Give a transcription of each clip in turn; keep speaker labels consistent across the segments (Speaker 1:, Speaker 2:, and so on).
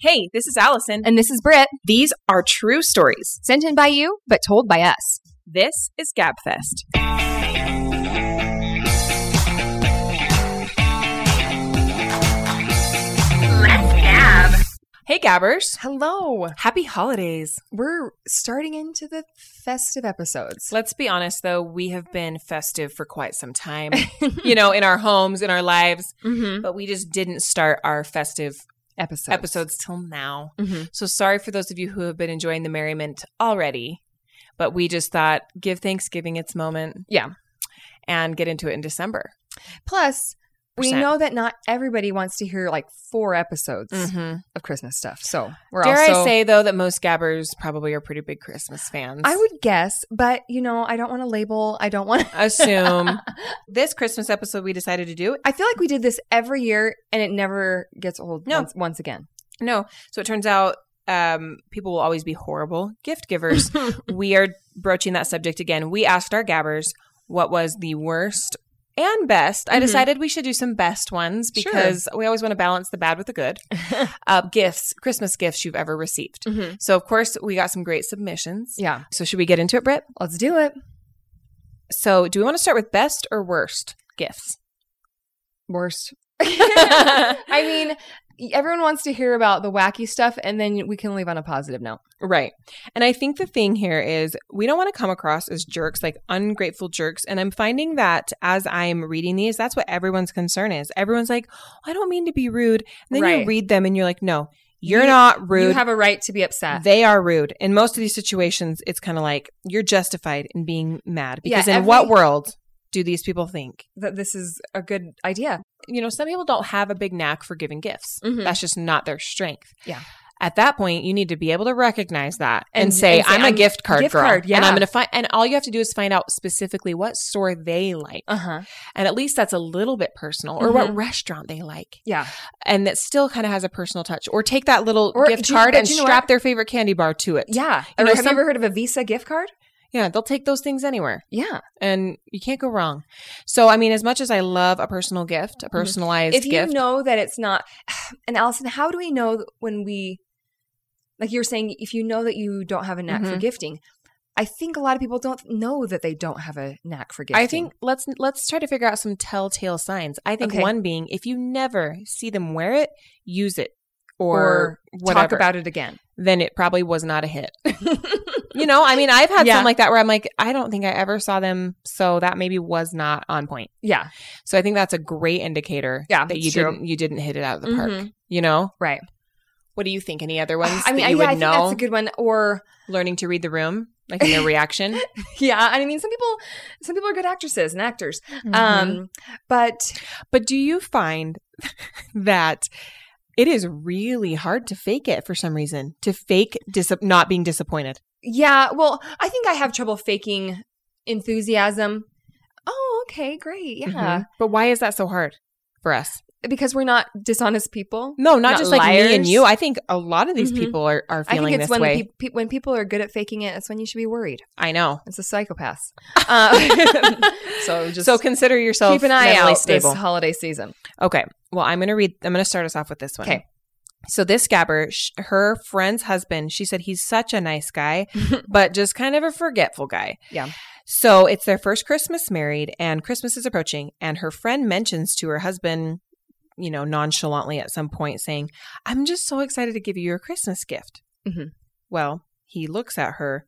Speaker 1: Hey, this is Allison, and
Speaker 2: And this is Britt,
Speaker 1: these are true stories.
Speaker 2: sent in by you, but told by us.
Speaker 1: This is Gabfest. Hey, Gabbers.
Speaker 2: Hello.
Speaker 1: Happy holidays.
Speaker 2: We're starting into the festive episodes.
Speaker 1: Let's be honest, though, we have been festive for quite some time, you know, in our homes, in our lives,
Speaker 2: mm-hmm.
Speaker 1: but we just didn't start our festive
Speaker 2: Episodes.
Speaker 1: episodes Mm-hmm. till now.
Speaker 2: Mhm.
Speaker 1: So sorry for those of you who have been enjoying the merriment already, but we just thought give Thanksgiving its moment.
Speaker 2: Yeah.
Speaker 1: And get into it in December.
Speaker 2: Plus, we
Speaker 1: Percent.
Speaker 2: know that not everybody wants to hear like four episodes
Speaker 1: Mm-hmm.
Speaker 2: of Christmas stuff. So we're
Speaker 1: Dare
Speaker 2: also.
Speaker 1: I say, though, that most gabbers probably are pretty big Christmas fans.
Speaker 2: I would guess, but you know, I don't want to label. I don't want to.
Speaker 1: assume this Christmas episode we decided to do.
Speaker 2: I feel like we did this every year and it never gets old
Speaker 1: No.
Speaker 2: once, once again.
Speaker 1: No. So it turns out um, people will always be horrible gift givers. we are broaching that subject again. We asked our gabbers what was the worst and best. I
Speaker 2: Mhm.
Speaker 1: decided we should do some best ones
Speaker 2: Sure.
Speaker 1: because we always want to balance the bad with the good. uh, gifts, Christmas gifts you've ever received.
Speaker 2: Mhm.
Speaker 1: So, of course, we got some great submissions.
Speaker 2: Yeah.
Speaker 1: So, should we get into it, Britt?
Speaker 2: Let's do it.
Speaker 1: So, do we want to start with best or worst gifts?
Speaker 2: Worst. I mean, everyone wants to hear about the wacky stuff, and then we can leave on a positive note.
Speaker 1: Right. And I think the thing here is we don't want to come across as jerks, like ungrateful jerks. And I'm finding that as I'm reading these, that's what everyone's concern is. Everyone's like, I don't mean to be rude. And then you
Speaker 2: Right.
Speaker 1: read them and you're like, no, you're
Speaker 2: You-
Speaker 1: not
Speaker 2: You
Speaker 1: rude.
Speaker 2: have a right to be upset.
Speaker 1: they are rude. In most of these situations, it's kind of like you're justified in being mad
Speaker 2: Yeah,
Speaker 1: because in what
Speaker 2: every-
Speaker 1: world do these people think?
Speaker 2: that this is a good idea.
Speaker 1: You know, some people don't have a big knack for giving gifts.
Speaker 2: Mhm.
Speaker 1: That's just not their strength.
Speaker 2: Yeah.
Speaker 1: At that point, you need to be able to recognize that and,
Speaker 2: And-
Speaker 1: say,
Speaker 2: and say,
Speaker 1: "I'm a
Speaker 2: I'm-
Speaker 1: gift card
Speaker 2: gift
Speaker 1: girl,"
Speaker 2: card,
Speaker 1: and
Speaker 2: yeah.
Speaker 1: I'm going to find. And all you have to do is find out specifically what store they like,
Speaker 2: Uh huh.
Speaker 1: and at least that's a little bit personal, or
Speaker 2: Mm-hmm.
Speaker 1: what restaurant they like,
Speaker 2: Yeah.
Speaker 1: and that still kind of has a personal touch. Or take that little
Speaker 2: Or
Speaker 1: gift
Speaker 2: do you-
Speaker 1: card
Speaker 2: but
Speaker 1: and
Speaker 2: do you know
Speaker 1: strap
Speaker 2: what?
Speaker 1: their favorite candy bar to it.
Speaker 2: Yeah.
Speaker 1: You
Speaker 2: Or
Speaker 1: know,
Speaker 2: have
Speaker 1: some-
Speaker 2: you ever heard of a Visa gift card?
Speaker 1: yeah, they'll take those things anywhere.
Speaker 2: Yeah.
Speaker 1: and you can't go wrong. So, I mean, as much as I love a personal gift, a personalized
Speaker 2: Mm-hmm. if you
Speaker 1: gift,
Speaker 2: know that it's not, and Allison, how do we know that when we, like you were saying, if you know that you don't have a knack for
Speaker 1: Mhm.
Speaker 2: gifting, I think a lot of people don't know that they don't have a knack for gifting.
Speaker 1: I think let's let's try to figure out some telltale signs. I think
Speaker 2: Okay.
Speaker 1: one being if you never see them wear it, use it or,
Speaker 2: Or
Speaker 1: whatever,
Speaker 2: talk about it again.
Speaker 1: then it probably was not a hit. you know, I mean, I've had
Speaker 2: Yeah.
Speaker 1: some like that where I'm like, I don't think I ever saw them, so that maybe was not on point.
Speaker 2: Yeah.
Speaker 1: So I think that's a great indicator
Speaker 2: Yeah,
Speaker 1: that
Speaker 2: that's
Speaker 1: you
Speaker 2: true.
Speaker 1: didn't you didn't hit it out of the park.
Speaker 2: Mhm.
Speaker 1: You know,
Speaker 2: Right.
Speaker 1: what do you think? Any other ones?
Speaker 2: I mean,
Speaker 1: that
Speaker 2: I,
Speaker 1: you
Speaker 2: yeah,
Speaker 1: would
Speaker 2: I think
Speaker 1: know
Speaker 2: that's a good one. Or
Speaker 1: learning to read the room, like in their reaction.
Speaker 2: Um, yeah, and I mean, some people, some people are good actresses and actors.
Speaker 1: Um,
Speaker 2: Um, but
Speaker 1: but do you find that it is really hard to fake it for some reason? To fake dis- not being disappointed.
Speaker 2: yeah, well, I think I have trouble faking enthusiasm. Oh, okay, great, yeah,
Speaker 1: Mhm. But why is that so hard for us?
Speaker 2: because we're not dishonest people.
Speaker 1: No, not,
Speaker 2: Not
Speaker 1: just like me and
Speaker 2: liars.
Speaker 1: you. I think a lot of these
Speaker 2: Mhm.
Speaker 1: people are, are
Speaker 2: I
Speaker 1: feeling
Speaker 2: think it's
Speaker 1: this
Speaker 2: when
Speaker 1: way.
Speaker 2: peop peop when people are good at faking it, that's when you should be worried.
Speaker 1: I know.
Speaker 2: It's a psychopath. Uh, so just
Speaker 1: so consider yourself
Speaker 2: keep an eye
Speaker 1: mentally
Speaker 2: out
Speaker 1: stable.
Speaker 2: this holiday season.
Speaker 1: Okay. Well, I'm going to read, I'm going to start us off with this one.
Speaker 2: Okay.
Speaker 1: So this gabber, sh- her friend's husband, she said he's such a nice guy, but just kind of a forgetful guy.
Speaker 2: Yeah.
Speaker 1: So it's their first Christmas married and Christmas is approaching and her friend mentions to her husband, you know, nonchalantly at some point saying, "I'm just so excited to give you your Christmas gift."
Speaker 2: Mhm.
Speaker 1: Well, he looks at her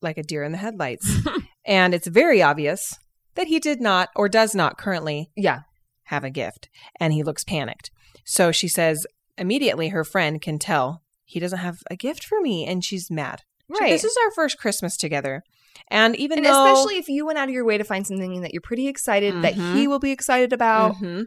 Speaker 1: like a deer in the headlights, and it's very obvious that he did not or does not currently
Speaker 2: Yeah.
Speaker 1: have a gift and he looks panicked. So she says immediately her friend can tell he doesn't have a gift for me and she's mad. She-
Speaker 2: Right.
Speaker 1: this is our first Christmas together. And even
Speaker 2: and
Speaker 1: though
Speaker 2: especially if you went out of your way to find something that you're pretty excited that
Speaker 1: Mhm.
Speaker 2: he will be excited about.
Speaker 1: Mhm.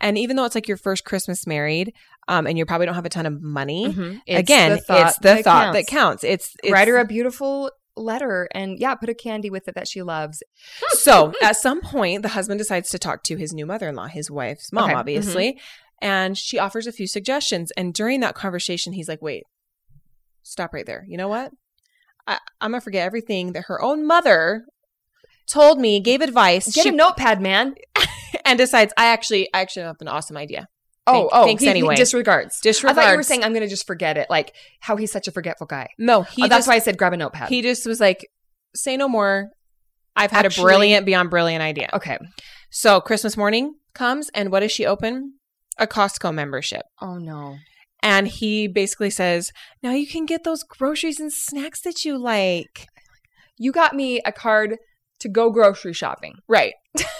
Speaker 1: and even though it's like your first Christmas married, um, and you probably don't have a ton of money.
Speaker 2: Mm-hmm. It's
Speaker 1: Again,
Speaker 2: the thought
Speaker 1: it's the
Speaker 2: that
Speaker 1: thought
Speaker 2: counts.
Speaker 1: that counts. It's, it's
Speaker 2: Write her a beautiful letter and yeah, put a candy with it that she loves.
Speaker 1: so at some point, the husband decides to talk to his new mother in law, his wife's mom,
Speaker 2: Okay. mm-hmm.
Speaker 1: obviously, and she offers a few suggestions. And during that conversation, he's like, wait, stop right there. You know what? I, I'm going to forget everything that her own mother told me, gave advice,
Speaker 2: Get
Speaker 1: she-
Speaker 2: a notepad, man.
Speaker 1: and decides, I actually, I actually have an awesome idea.
Speaker 2: Oh,
Speaker 1: Think-
Speaker 2: oh,
Speaker 1: thinks
Speaker 2: he, he
Speaker 1: anyway.
Speaker 2: disregards.
Speaker 1: Disregards.
Speaker 2: I thought you were saying I'm going to just forget it, like how he's such a forgetful guy.
Speaker 1: no. He
Speaker 2: Oh, that's
Speaker 1: just,
Speaker 2: why I said grab a notepad.
Speaker 1: he just was like, "Say no more. I've had
Speaker 2: Actually- Oh.
Speaker 1: a brilliant beyond brilliant idea."
Speaker 2: okay.
Speaker 1: So Christmas morning comes, and what does she open? A Costco membership.
Speaker 2: Oh no.
Speaker 1: And he basically says, Now you can get those groceries and snacks that you like.
Speaker 2: You got me a card to go grocery shopping,
Speaker 1: Right.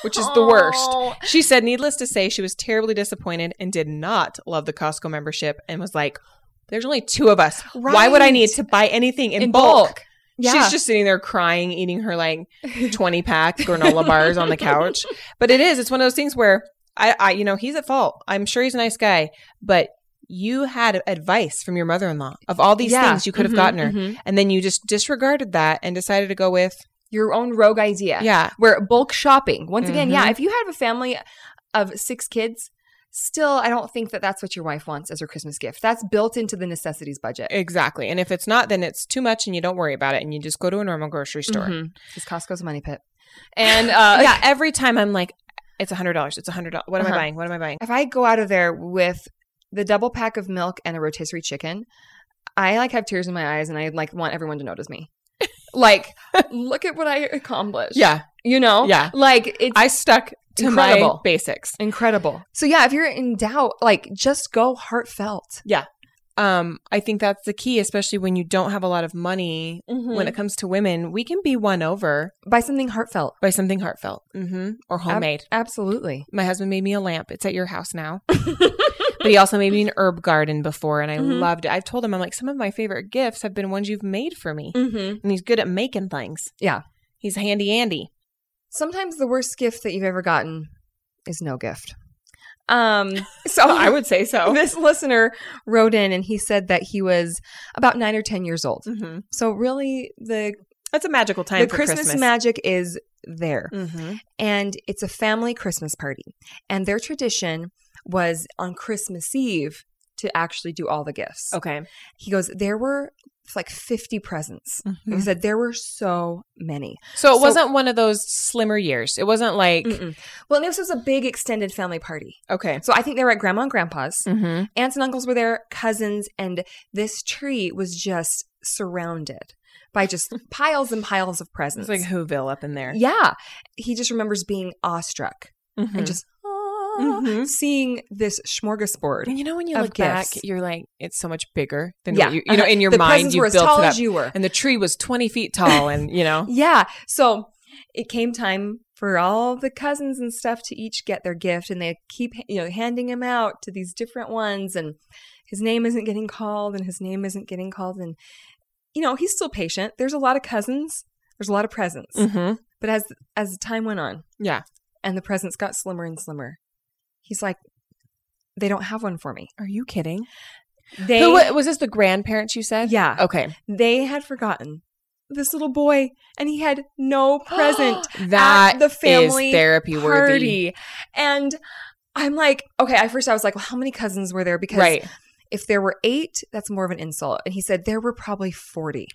Speaker 1: Which is the worst.
Speaker 2: Oh,
Speaker 1: She said, needless to say, she was terribly disappointed and did not love the Costco membership and was like, There's only two of us. Why would I
Speaker 2: Right.
Speaker 1: need to buy anything in,
Speaker 2: in
Speaker 1: bulk?
Speaker 2: bulk. Yeah.
Speaker 1: She's just sitting there crying, eating her like 20 pack granola bars on the couch. But it is, it's one of those things where I, I, you know, he's at fault. I'm sure he's a nice guy, but you had advice from your mother in law of all these
Speaker 2: Yeah.
Speaker 1: things you could have
Speaker 2: Mhm,
Speaker 1: gotten her.
Speaker 2: mhm.
Speaker 1: And then you just disregarded that and decided to go with,
Speaker 2: your own rogue idea.
Speaker 1: yeah,
Speaker 2: Where bulk shopping. Once again, yeah,
Speaker 1: Mhm.
Speaker 2: if you have a family of 6 kids, still I don't think that that's what your wife wants as her Christmas gift. That's built into the necessities budget.
Speaker 1: exactly. And if it's not, then it's too much and you don't worry about it and you just go to a normal grocery store.
Speaker 2: Mhm. 'Cause Costco's a money pit. And uh,
Speaker 1: Mm-hmm. yeah, every time I'm like, it's a hundred dollars. It's a hundred dollars. What am
Speaker 2: Uh-huh.
Speaker 1: I buying? What am I buying?
Speaker 2: if I go out of there with the double pack of milk and a rotisserie chicken, I like have tears in my eyes and I like want everyone to notice me. like, look at what I accomplished.
Speaker 1: Yeah,
Speaker 2: You know?
Speaker 1: yeah.
Speaker 2: Like it's
Speaker 1: I stuck to
Speaker 2: Incredible.
Speaker 1: my basics.
Speaker 2: incredible. So yeah, if you're in doubt, like just go heartfelt.
Speaker 1: Um, I think that's the key, especially when you don't have a lot of money. When it comes to women, we can be won over
Speaker 2: Buy something heartfelt.
Speaker 1: by something heartfelt mm-hmm. or homemade.
Speaker 2: Absolutely.
Speaker 1: my husband made me a lamp. It's at your house now. but he also made me an herb garden before, and I
Speaker 2: Mhm.
Speaker 1: loved it. I've told him, I'm like, some of my favorite gifts have been ones you've made for me.
Speaker 2: Mm-hmm.
Speaker 1: And he's good at making things.
Speaker 2: Yeah.
Speaker 1: He's handy Andy.
Speaker 2: Sometimes the worst gift that you've ever gotten is no gift. Um so
Speaker 1: would say so.
Speaker 2: this listener wrote in and he said that he was about nine or ten years old.
Speaker 1: hmm
Speaker 2: So really, the
Speaker 1: That's a magical time
Speaker 2: the
Speaker 1: for
Speaker 2: Christmas,
Speaker 1: Christmas.
Speaker 2: magic is there,
Speaker 1: hmm
Speaker 2: and it's a family Christmas party, and their tradition was on Christmas Eve to actually do all the gifts.
Speaker 1: Okay.
Speaker 2: He goes, there were like fifty presents. And
Speaker 1: Mm.
Speaker 2: He said there were so many.
Speaker 1: Mm-hmm. So it
Speaker 2: Mm-hmm. So-
Speaker 1: wasn't one of those slimmer years. It wasn't like
Speaker 2: Well, and this was a big extended family party.
Speaker 1: okay.
Speaker 2: So I think they were at grandma and grandpa's.
Speaker 1: Mm-hmm.
Speaker 2: Aunts and uncles were there, cousins, and this tree was just surrounded by just piles and piles of presents.
Speaker 1: It's like Whoville up in there.
Speaker 2: Yeah. Mm-hmm. He just remembers being awestruck
Speaker 1: Mhm.
Speaker 2: and just "Ah,"
Speaker 1: Mhm.
Speaker 2: seeing this smorgasbord.
Speaker 1: And you know when you
Speaker 2: Of
Speaker 1: look back,
Speaker 2: gifts.
Speaker 1: you're like, it's so much bigger than
Speaker 2: Yeah.
Speaker 1: what you you know in your
Speaker 2: the
Speaker 1: mind
Speaker 2: presents
Speaker 1: you
Speaker 2: were
Speaker 1: built
Speaker 2: as
Speaker 1: it
Speaker 2: tall
Speaker 1: up,
Speaker 2: as you were.
Speaker 1: and the tree was 20 feet tall, and you know.
Speaker 2: Yeah. So it came time for all the cousins and stuff to each get their gift, and they keep you know handing him out to these different ones, and his name isn't getting called, and his name isn't getting called, and you know he's still patient. There's a lot of cousins. There's a lot of presents,
Speaker 1: Mm-hmm.
Speaker 2: but as as time went on,
Speaker 1: Yeah.
Speaker 2: and the presents got slimmer and slimmer, he's like, they don't have one for me.
Speaker 1: Are you kidding?
Speaker 2: They
Speaker 1: Who wa- was this? The grandparents you said?
Speaker 2: Yeah.
Speaker 1: Okay.
Speaker 2: They had forgotten this little boy and he had no present
Speaker 1: That
Speaker 2: at the family
Speaker 1: is therapy worthy.
Speaker 2: party. And I'm like, okay, I first I was like, well, how many cousins were there? Because
Speaker 1: Right.
Speaker 2: if there were eight, that's more of an insult. And he said there were probably 40.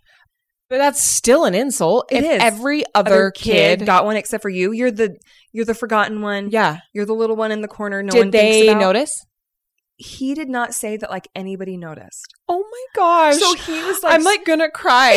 Speaker 1: But that's still an insult.
Speaker 2: It
Speaker 1: if
Speaker 2: is.
Speaker 1: every other, kid,
Speaker 2: got one except for you. You're the you're the forgotten one.
Speaker 1: yeah.
Speaker 2: You're the little one in the corner. No one
Speaker 1: Did
Speaker 2: thinks
Speaker 1: they
Speaker 2: about.
Speaker 1: notice?
Speaker 2: He did not say that like anybody noticed.
Speaker 1: Oh my gosh.
Speaker 2: So he was like,
Speaker 1: I'm like gonna cry.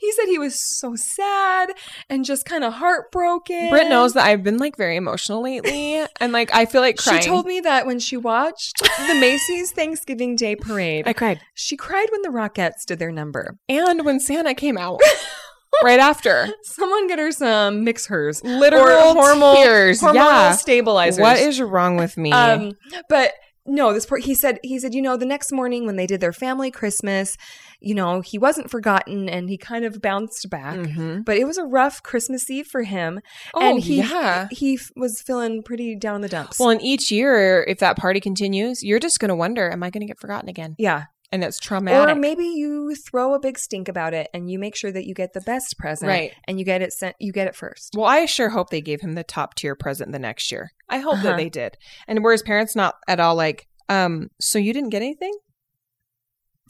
Speaker 2: he said he was so sad and just kind of heartbroken.
Speaker 1: Britt knows that I've been like very emotional lately, and like I feel like crying.
Speaker 2: She told me that when she watched the Macy's Thanksgiving Day Parade,
Speaker 1: I cried,
Speaker 2: she cried when the Rockettes did their number.
Speaker 1: and when Santa came out right after,
Speaker 2: Someone get her some mix hers.
Speaker 1: literal
Speaker 2: hormonal-
Speaker 1: tears.
Speaker 2: Hormonal
Speaker 1: yeah.
Speaker 2: stabilizers.
Speaker 1: What is wrong with me?
Speaker 2: um but no, this poor he said he said, you know, the next morning when they did their family Christmas, you know, he wasn't forgotten and he kind of bounced back.
Speaker 1: Mhm.
Speaker 2: But it was a rough Christmas Eve for him.
Speaker 1: Oh,
Speaker 2: and he
Speaker 1: yeah.
Speaker 2: he f- was feeling pretty down in the dumps.
Speaker 1: Well, and each year, if that party continues, you're just gonna wonder, am I gonna get forgotten again?
Speaker 2: yeah.
Speaker 1: And it's
Speaker 2: Or
Speaker 1: traumatic.
Speaker 2: maybe you throw a big stink about it and you make sure that you get the best present
Speaker 1: Right.
Speaker 2: and you get it sent you get it first.
Speaker 1: well, I sure hope they gave him the top tier present the next year. I hope
Speaker 2: Uh-huh.
Speaker 1: that they did. And were his parents not at all like, um, so you didn't get anything?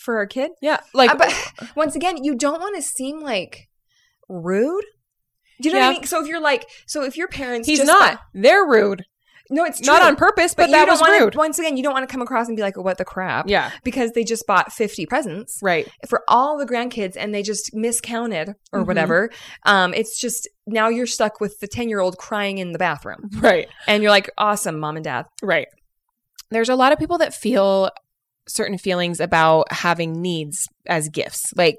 Speaker 2: For our kid?
Speaker 1: Yeah. Like,
Speaker 2: Uh, but once again, you don't want to seem like rude. Do you know what I
Speaker 1: Yeah.
Speaker 2: mean? So if you're like so if your parents
Speaker 1: he's
Speaker 2: just
Speaker 1: not. They're rude.
Speaker 2: No, it's
Speaker 1: Not
Speaker 2: true.
Speaker 1: on purpose, but,
Speaker 2: you
Speaker 1: that
Speaker 2: don't
Speaker 1: was
Speaker 2: wanna,
Speaker 1: rude.
Speaker 2: Once again, you don't want to come across and be like, "Oh, "What the crap?"
Speaker 1: Yeah.
Speaker 2: because they just bought fifty presents
Speaker 1: Right.
Speaker 2: for all the grandkids and they just miscounted or
Speaker 1: Mhm.
Speaker 2: whatever. Um, it's just now you're stuck with the ten year old crying in the bathroom,
Speaker 1: Right.
Speaker 2: and you're like, "Awesome, mom and dad."
Speaker 1: Right. There's a lot of people that feel certain feelings about having needs as gifts. Like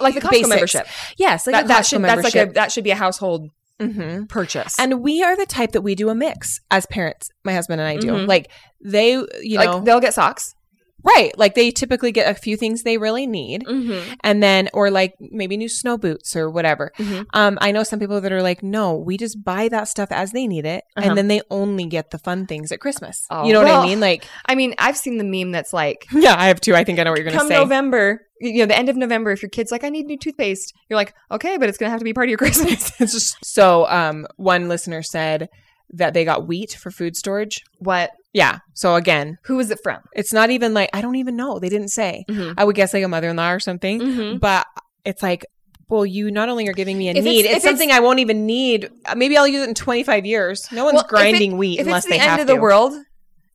Speaker 2: Like the Costco
Speaker 1: Basics.
Speaker 2: membership.
Speaker 1: yes, like that,
Speaker 2: that, that should that's like a
Speaker 1: membership.
Speaker 2: that should be a household
Speaker 1: Mhm.
Speaker 2: purchase.
Speaker 1: And we are the type that we do a mix as parents. My husband and I do.
Speaker 2: Mhm.
Speaker 1: Like they, you
Speaker 2: like
Speaker 1: know,
Speaker 2: they'll get socks.
Speaker 1: right? Like they typically get a few things they really need,
Speaker 2: Mm-hmm.
Speaker 1: and then or like maybe new snow boots or whatever.
Speaker 2: Mhm.
Speaker 1: Um, I know some people that are like, no, we just buy that stuff as they need it,
Speaker 2: Uh-huh.
Speaker 1: and then they only get the fun things at Christmas.
Speaker 2: Oh,
Speaker 1: you know what
Speaker 2: well.
Speaker 1: I mean? Like,
Speaker 2: I mean, I've seen the meme that's like,
Speaker 1: yeah, I have two. I think I know what you're gonna
Speaker 2: come
Speaker 1: say.
Speaker 2: November, you know, the end of November, if your kid's like, I need new toothpaste, you're like, okay, but it's going to have to be part of your Christmas.
Speaker 1: It's just so. Um, one listener said that they got wheat for food storage.
Speaker 2: what?
Speaker 1: Yeah. So again,
Speaker 2: Who is it from?
Speaker 1: it's not even like I don't even know. They didn't say.
Speaker 2: Mm-hmm.
Speaker 1: I would guess like a mother-in-law or something. But it's like, well, you not only are giving me a
Speaker 2: If it's-
Speaker 1: need,
Speaker 2: if
Speaker 1: it's,
Speaker 2: it's-
Speaker 1: something I won't even need. Uh, Maybe I'll use it in 25 years. No one's
Speaker 2: Well, if it-
Speaker 1: grinding wheat
Speaker 2: If
Speaker 1: unless
Speaker 2: it's the
Speaker 1: they
Speaker 2: end
Speaker 1: have
Speaker 2: of the
Speaker 1: to.
Speaker 2: world,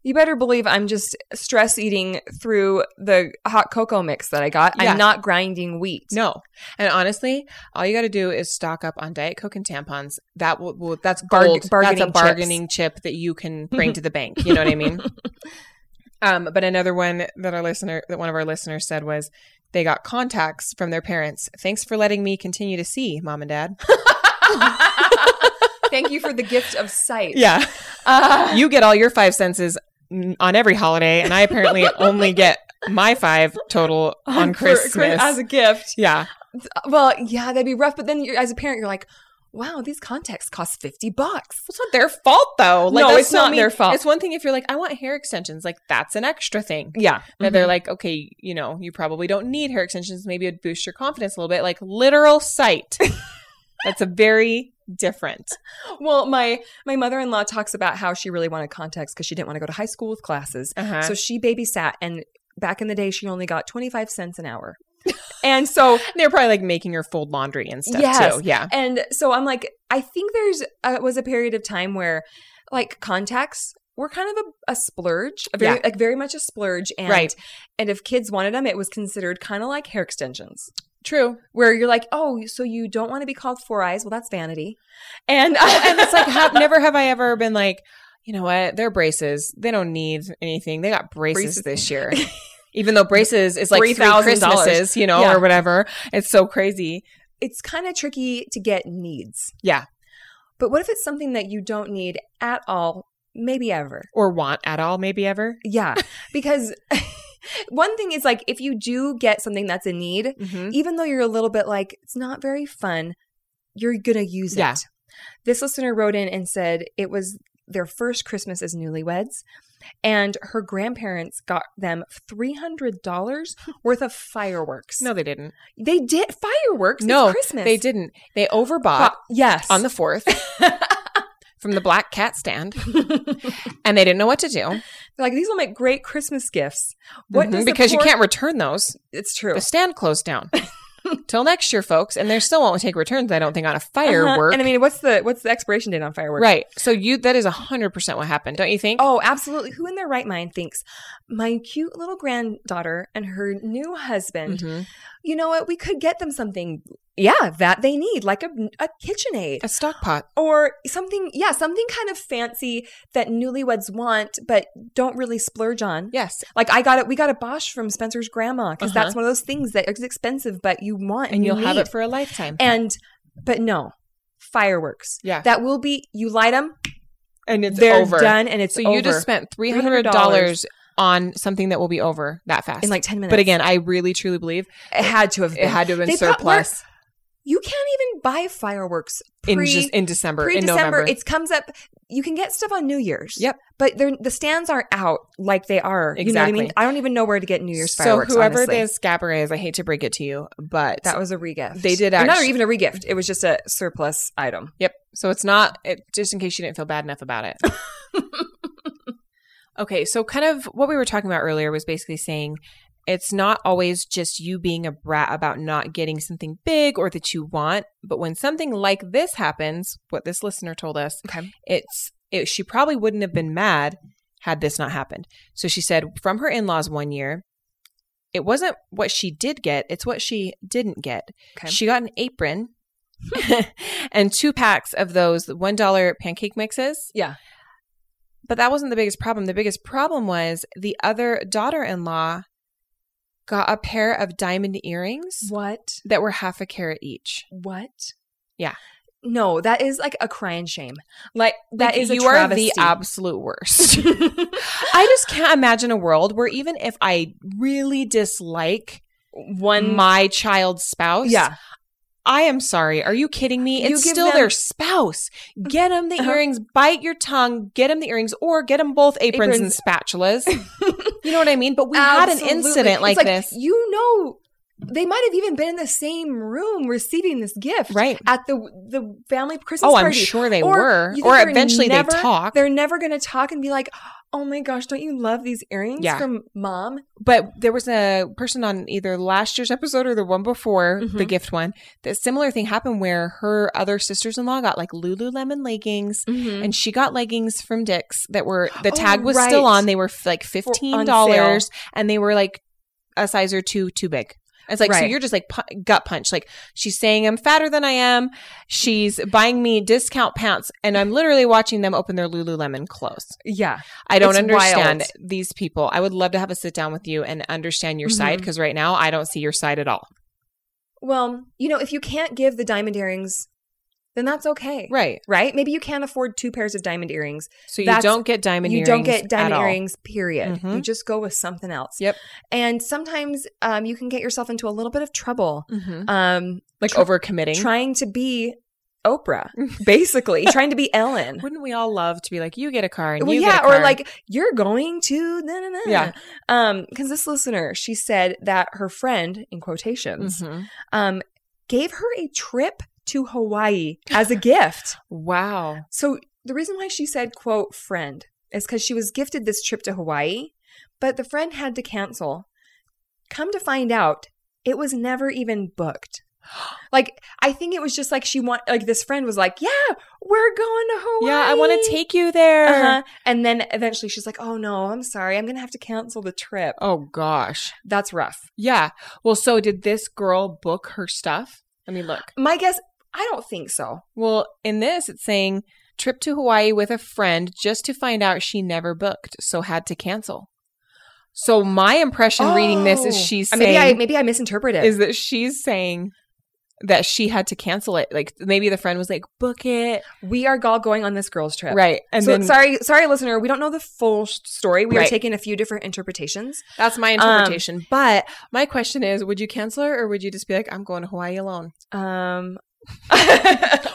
Speaker 2: you better believe I'm just stress eating through the hot cocoa mix that I got.
Speaker 1: Yeah.
Speaker 2: I'm not grinding wheat.
Speaker 1: No, and honestly, all you got to do is stock up on Diet Coke and tampons. That will, will that's
Speaker 2: Barg-
Speaker 1: gold. that's
Speaker 2: bargaining
Speaker 1: a
Speaker 2: chips.
Speaker 1: bargaining chip that you can bring to the bank. You know what I mean? Um, but another one that our listener, that one of our listeners said was, they got contacts from their parents. Thanks for letting me continue to see, mom and dad.
Speaker 2: Thank you for the gift of sight.
Speaker 1: Yeah.
Speaker 2: Uh,
Speaker 1: you get all your five senses mm, on every holiday, and I apparently only get my five total on
Speaker 2: for- for-
Speaker 1: Christmas.
Speaker 2: as a gift. Uh,
Speaker 1: yeah,
Speaker 2: Well, yeah, that'd be rough. But then, you're, as a parent, you're like, "Wow, these contacts cost fifty bucks."
Speaker 1: it's not their fault though.
Speaker 2: No,
Speaker 1: that's
Speaker 2: it's not their fault.
Speaker 1: It's one thing if you're like, I want hair extensions. Like that's an extra thing.
Speaker 2: Yeah,
Speaker 1: That they're like, okay, you know, you probably don't need hair extensions. Maybe it'd boost your confidence a little bit. Like literal sight. that's a very different.
Speaker 2: Well, my my mother in law talks about how she really wanted contacts because she didn't want to go to high school with classes,
Speaker 1: Uh-huh.
Speaker 2: so she babysat. And back in the day, she only got twenty five cents an hour, and so
Speaker 1: they're probably like making her fold laundry and stuff
Speaker 2: Yes.
Speaker 1: too. Yeah.
Speaker 2: and so I'm like, I think there's uh was a period of time where like contacts were kind of a, a splurge, a very,
Speaker 1: Yeah.
Speaker 2: like very much a splurge, and
Speaker 1: Right.
Speaker 2: and if kids wanted them, it was considered kind of like hair extensions.
Speaker 1: True.
Speaker 2: Where you're like, oh, so you don't want to be called four eyes? Well, that's vanity, and
Speaker 1: and it's like have, never have I ever been like, you know what? They're braces. They don't need anything. They got braces,
Speaker 2: Braces.
Speaker 1: this year. Even though braces is like three
Speaker 2: $3,000.
Speaker 1: Christmases, you know,
Speaker 2: Yeah.
Speaker 1: or whatever. It's so crazy.
Speaker 2: it's kind of tricky to get needs.
Speaker 1: Yeah.
Speaker 2: But what if it's something that you don't need at all, maybe ever?
Speaker 1: Or want at all, maybe ever.
Speaker 2: Yeah. because one thing is like if you do get something that's a need,
Speaker 1: Mm-hmm.
Speaker 2: even though you're a little bit like, it's not very fun, you're going to use
Speaker 1: Yeah.
Speaker 2: it. This listener wrote in and said it was their first Christmas as newlyweds. And her grandparents got them $300 worth of fireworks.
Speaker 1: No, they didn't.
Speaker 2: they did fireworks. It's
Speaker 1: No,
Speaker 2: Christmas.
Speaker 1: They didn't. They overbought
Speaker 2: But- yes.
Speaker 1: on the fourth from the black cat stand, and they didn't know what to do
Speaker 2: They're like these will make great Christmas gifts. What
Speaker 1: Mhm,
Speaker 2: does the
Speaker 1: because
Speaker 2: poor-
Speaker 1: you can't return those.
Speaker 2: It's true.
Speaker 1: The stand closed down till next year, folks, and they still won't take returns. I don't think on a firework.
Speaker 2: Uh-huh. And I mean, what's the what's the expiration date on fireworks?
Speaker 1: Right. So you that is hundred percent what happened, don't you think?
Speaker 2: Oh, absolutely. Who in their right mind thinks my cute little granddaughter and her new husband?
Speaker 1: Mhm.
Speaker 2: You know what? We could get them something. Yeah, that they need, like a a KitchenAid
Speaker 1: a stock pot.
Speaker 2: or something. Yeah, something kind of fancy that newlyweds want but don't really splurge on.
Speaker 1: Yes,
Speaker 2: Like I got it. We got a Bosch from Spencer's grandma because
Speaker 1: Uh-huh.
Speaker 2: that's one of those things that is expensive, but you want and,
Speaker 1: and you'll
Speaker 2: you
Speaker 1: have
Speaker 2: need.
Speaker 1: it for a lifetime.
Speaker 2: And but no, fireworks.
Speaker 1: yeah,
Speaker 2: That will be you light them,
Speaker 1: and
Speaker 2: they're done, and it's
Speaker 1: So
Speaker 2: over
Speaker 1: you just spent three hundred
Speaker 2: $300
Speaker 1: dollars on something that will be over that fast.
Speaker 2: in like ten minutes.
Speaker 1: but again, I really truly believe
Speaker 2: it had to have been.
Speaker 1: it had to have been
Speaker 2: They prob- we're-
Speaker 1: surplus
Speaker 2: you can't even buy fireworks pre,
Speaker 1: in just in December, in
Speaker 2: pre-December.
Speaker 1: November.
Speaker 2: It comes up. You can get stuff on New Year's.
Speaker 1: Yep.
Speaker 2: but they're, the stands aren't out like they are. You know what I mean?
Speaker 1: Exactly.
Speaker 2: I don't even know where to get New Year's
Speaker 1: so
Speaker 2: fireworks.
Speaker 1: whoever
Speaker 2: honestly.
Speaker 1: this scabber is, I hate to break it to you, but
Speaker 2: that was a regift.
Speaker 1: They did
Speaker 2: Or not
Speaker 1: actu-
Speaker 2: even a regift. It was just a surplus item.
Speaker 1: Yep. So it's not it, just in case you didn't feel bad enough about it. okay, so kind of what we were talking about earlier was basically saying it's not always just you being a brat about not getting something big or that you want, but when something like this happens, what this listener told us,
Speaker 2: Okay.
Speaker 1: it's it, she probably wouldn't have been mad had this not happened. So she said from her in laws one year, it wasn't what she did get, it's what she didn't get.
Speaker 2: Okay. Hmm.
Speaker 1: She got an apron and two packs of those $1 pancake mixes.
Speaker 2: Yeah.
Speaker 1: But that wasn't the biggest problem. The biggest problem was the other daughter in law got a pair of diamond earrings
Speaker 2: What?
Speaker 1: that were half a carat each.
Speaker 2: What?
Speaker 1: Yeah.
Speaker 2: No, that is like a cry and shame. Like that
Speaker 1: Like,
Speaker 2: is
Speaker 1: you
Speaker 2: a
Speaker 1: are the
Speaker 2: travesty.
Speaker 1: absolute worst. I just can't imagine a world where even if I really dislike
Speaker 2: One
Speaker 1: my child's spouse,
Speaker 2: Yeah.
Speaker 1: I am sorry. Are you kidding me?
Speaker 2: You
Speaker 1: It's
Speaker 2: give
Speaker 1: still
Speaker 2: them-
Speaker 1: their spouse. Get them the
Speaker 2: Uh-huh.
Speaker 1: earrings. Bite your tongue. Get them the earrings, or get them both aprons,
Speaker 2: Aprons.
Speaker 1: and spatulas. you know what I mean? But we had an
Speaker 2: Absolutely.
Speaker 1: incident
Speaker 2: It's
Speaker 1: like, this,
Speaker 2: You know, they might have even been in the same room receiving this gift
Speaker 1: right?
Speaker 2: at the the family Christmas
Speaker 1: Oh,
Speaker 2: party.
Speaker 1: I'm sure they
Speaker 2: Or
Speaker 1: were.
Speaker 2: you think
Speaker 1: Or
Speaker 2: they're
Speaker 1: eventually
Speaker 2: never-
Speaker 1: they talked.
Speaker 2: They're never going to talk and be like, "Oh my gosh, don't you love these earrings
Speaker 1: Yeah.
Speaker 2: from mom?"
Speaker 1: But there was a person on either last year's episode or the one before the
Speaker 2: Mhm.
Speaker 1: gift one. That similar thing happened where her other sisters in law got like Lululemon leggings.
Speaker 2: Mm-hmm.
Speaker 1: and she got leggings from Dick's that were the
Speaker 2: Oh,
Speaker 1: tag was still
Speaker 2: right.
Speaker 1: on. They were f- like fifteen dollars, and they were like a size or two too big. It's like so
Speaker 2: Right.
Speaker 1: you're just like pu- gut punch. Like she's saying I'm fatter than I am. She's buying me discount pants, and I'm literally watching them open their Lululemon clothes.
Speaker 2: Yeah,
Speaker 1: I don't
Speaker 2: It's
Speaker 1: understand
Speaker 2: wild.
Speaker 1: these people. I would love to have a sit down with you and understand your side
Speaker 2: Mhm.
Speaker 1: because right now I don't see your side at all.
Speaker 2: Well, you know, if you can't give the diamond earrings, then that's okay.
Speaker 1: Right.
Speaker 2: Right? Maybe you can't afford two pairs of diamond earrings.
Speaker 1: So you
Speaker 2: That's-
Speaker 1: don't get diamond.
Speaker 2: you
Speaker 1: earrings
Speaker 2: don't get diamond
Speaker 1: at all.
Speaker 2: earrings, period.
Speaker 1: Mhm.
Speaker 2: You just go with something else.
Speaker 1: Yep.
Speaker 2: And sometimes um, you can get yourself into a little bit of trouble.
Speaker 1: Mhm.
Speaker 2: Um,
Speaker 1: Like
Speaker 2: Tr-
Speaker 1: overcommitting.
Speaker 2: trying to be Oprah, basically, trying to be Ellen.
Speaker 1: Wouldn't we all love to be like, you get a car and
Speaker 2: Well,
Speaker 1: you
Speaker 2: yeah,
Speaker 1: get a
Speaker 2: or
Speaker 1: car.
Speaker 2: like you're going to na na na.
Speaker 1: Yeah.
Speaker 2: Um, because this listener, she said that her friend, in quotations,
Speaker 1: Mhm.
Speaker 2: um, gave her a trip to Hawaii as a gift.
Speaker 1: wow,
Speaker 2: So the reason why she said quote friend is because she was gifted this trip to Hawaii, but the friend had to cancel. Come to find out, it was never even booked. Like I think it was just like she want like this friend was like, "Yeah, we're going to Hawaii."
Speaker 1: yeah, I want to take you there.
Speaker 2: Uh-huh. And then eventually she's like, "Oh no, I'm sorry. I'm going to have to cancel the trip."
Speaker 1: Oh gosh,
Speaker 2: That's rough.
Speaker 1: yeah. Well, so did this girl book her stuff? I mean, look.
Speaker 2: My guess, I don't think so.
Speaker 1: Well, in this, it's saying trip to Hawaii with a friend just to find out she never booked, so had to cancel. So my impression reading this is
Speaker 2: Oh.
Speaker 1: she's
Speaker 2: Uh, maybe I
Speaker 1: saying
Speaker 2: maybe I misinterpreted.
Speaker 1: is that she's saying that she had to cancel it. Like maybe the friend was like, book it,
Speaker 2: we are all going on this girls trip.
Speaker 1: right? And
Speaker 2: so
Speaker 1: then
Speaker 2: sorry, sorry, listener. We don't know the full s- story. We
Speaker 1: Right.
Speaker 2: are taking a few different interpretations.
Speaker 1: That's my
Speaker 2: Um,
Speaker 1: interpretation. but my question is would you cancel her or would you just be like, I'm going to Hawaii alone?
Speaker 2: Um,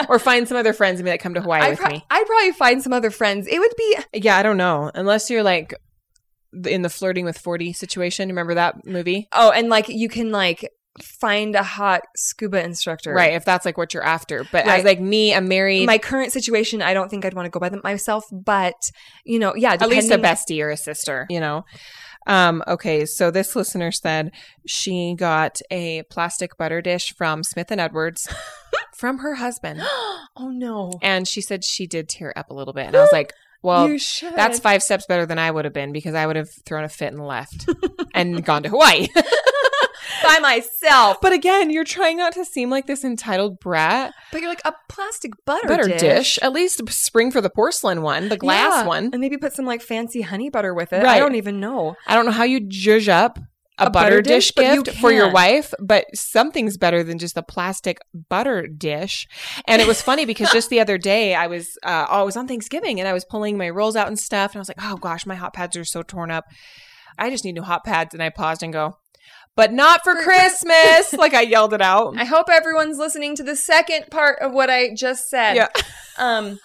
Speaker 1: Or find some other friends and be like, come to Hawaii
Speaker 2: I
Speaker 1: with
Speaker 2: pro-
Speaker 1: me?
Speaker 2: I'd probably find some other friends. It would be
Speaker 1: Yeah, I don't know. Unless you're like th- in the flirting with 40 situation. Remember that movie?
Speaker 2: oh, and like you can like find a hot scuba instructor.
Speaker 1: Right. If that's like what you're after. But as
Speaker 2: Right.
Speaker 1: like me, I'm married.
Speaker 2: My current situation, I don't think I'd want to go by them myself, but you know, yeah,
Speaker 1: at least a
Speaker 2: depending-
Speaker 1: bestie or a sister, you know? Um, okay, so this listener said she got a plastic butter dish from Smith and Edwards from her husband.
Speaker 2: oh no.
Speaker 1: And she said she did tear up a little bit. And I was like, well,
Speaker 2: you should.
Speaker 1: That's five steps better than I would have been because I would have thrown a fit and left and gone to Hawaii.
Speaker 2: by myself.
Speaker 1: but again, you're trying not to seem like this entitled brat.
Speaker 2: But you're like a plastic butter,
Speaker 1: Butter dish. At least spring for the porcelain one, the glass
Speaker 2: Yeah.
Speaker 1: one.
Speaker 2: and maybe put some like fancy honey butter with it.
Speaker 1: Right.
Speaker 2: I don't even know.
Speaker 1: I don't know how you zhuzh up a,
Speaker 2: A
Speaker 1: butter,
Speaker 2: butter
Speaker 1: dish,
Speaker 2: dish, but you
Speaker 1: gift for your
Speaker 2: can.
Speaker 1: wife, but something's better than just a plastic butter dish. And it was funny because just the other day I was, uh, oh, I was on Thanksgiving and I was pulling my rolls out and stuff, and I was like, oh gosh, my hot pads are so torn up. I just need new hot pads. And I paused and go, but not for
Speaker 2: For
Speaker 1: Christmas. like I yelled it out.
Speaker 2: I hope everyone's listening to the second part of what I just said.
Speaker 1: Yeah.
Speaker 2: Um,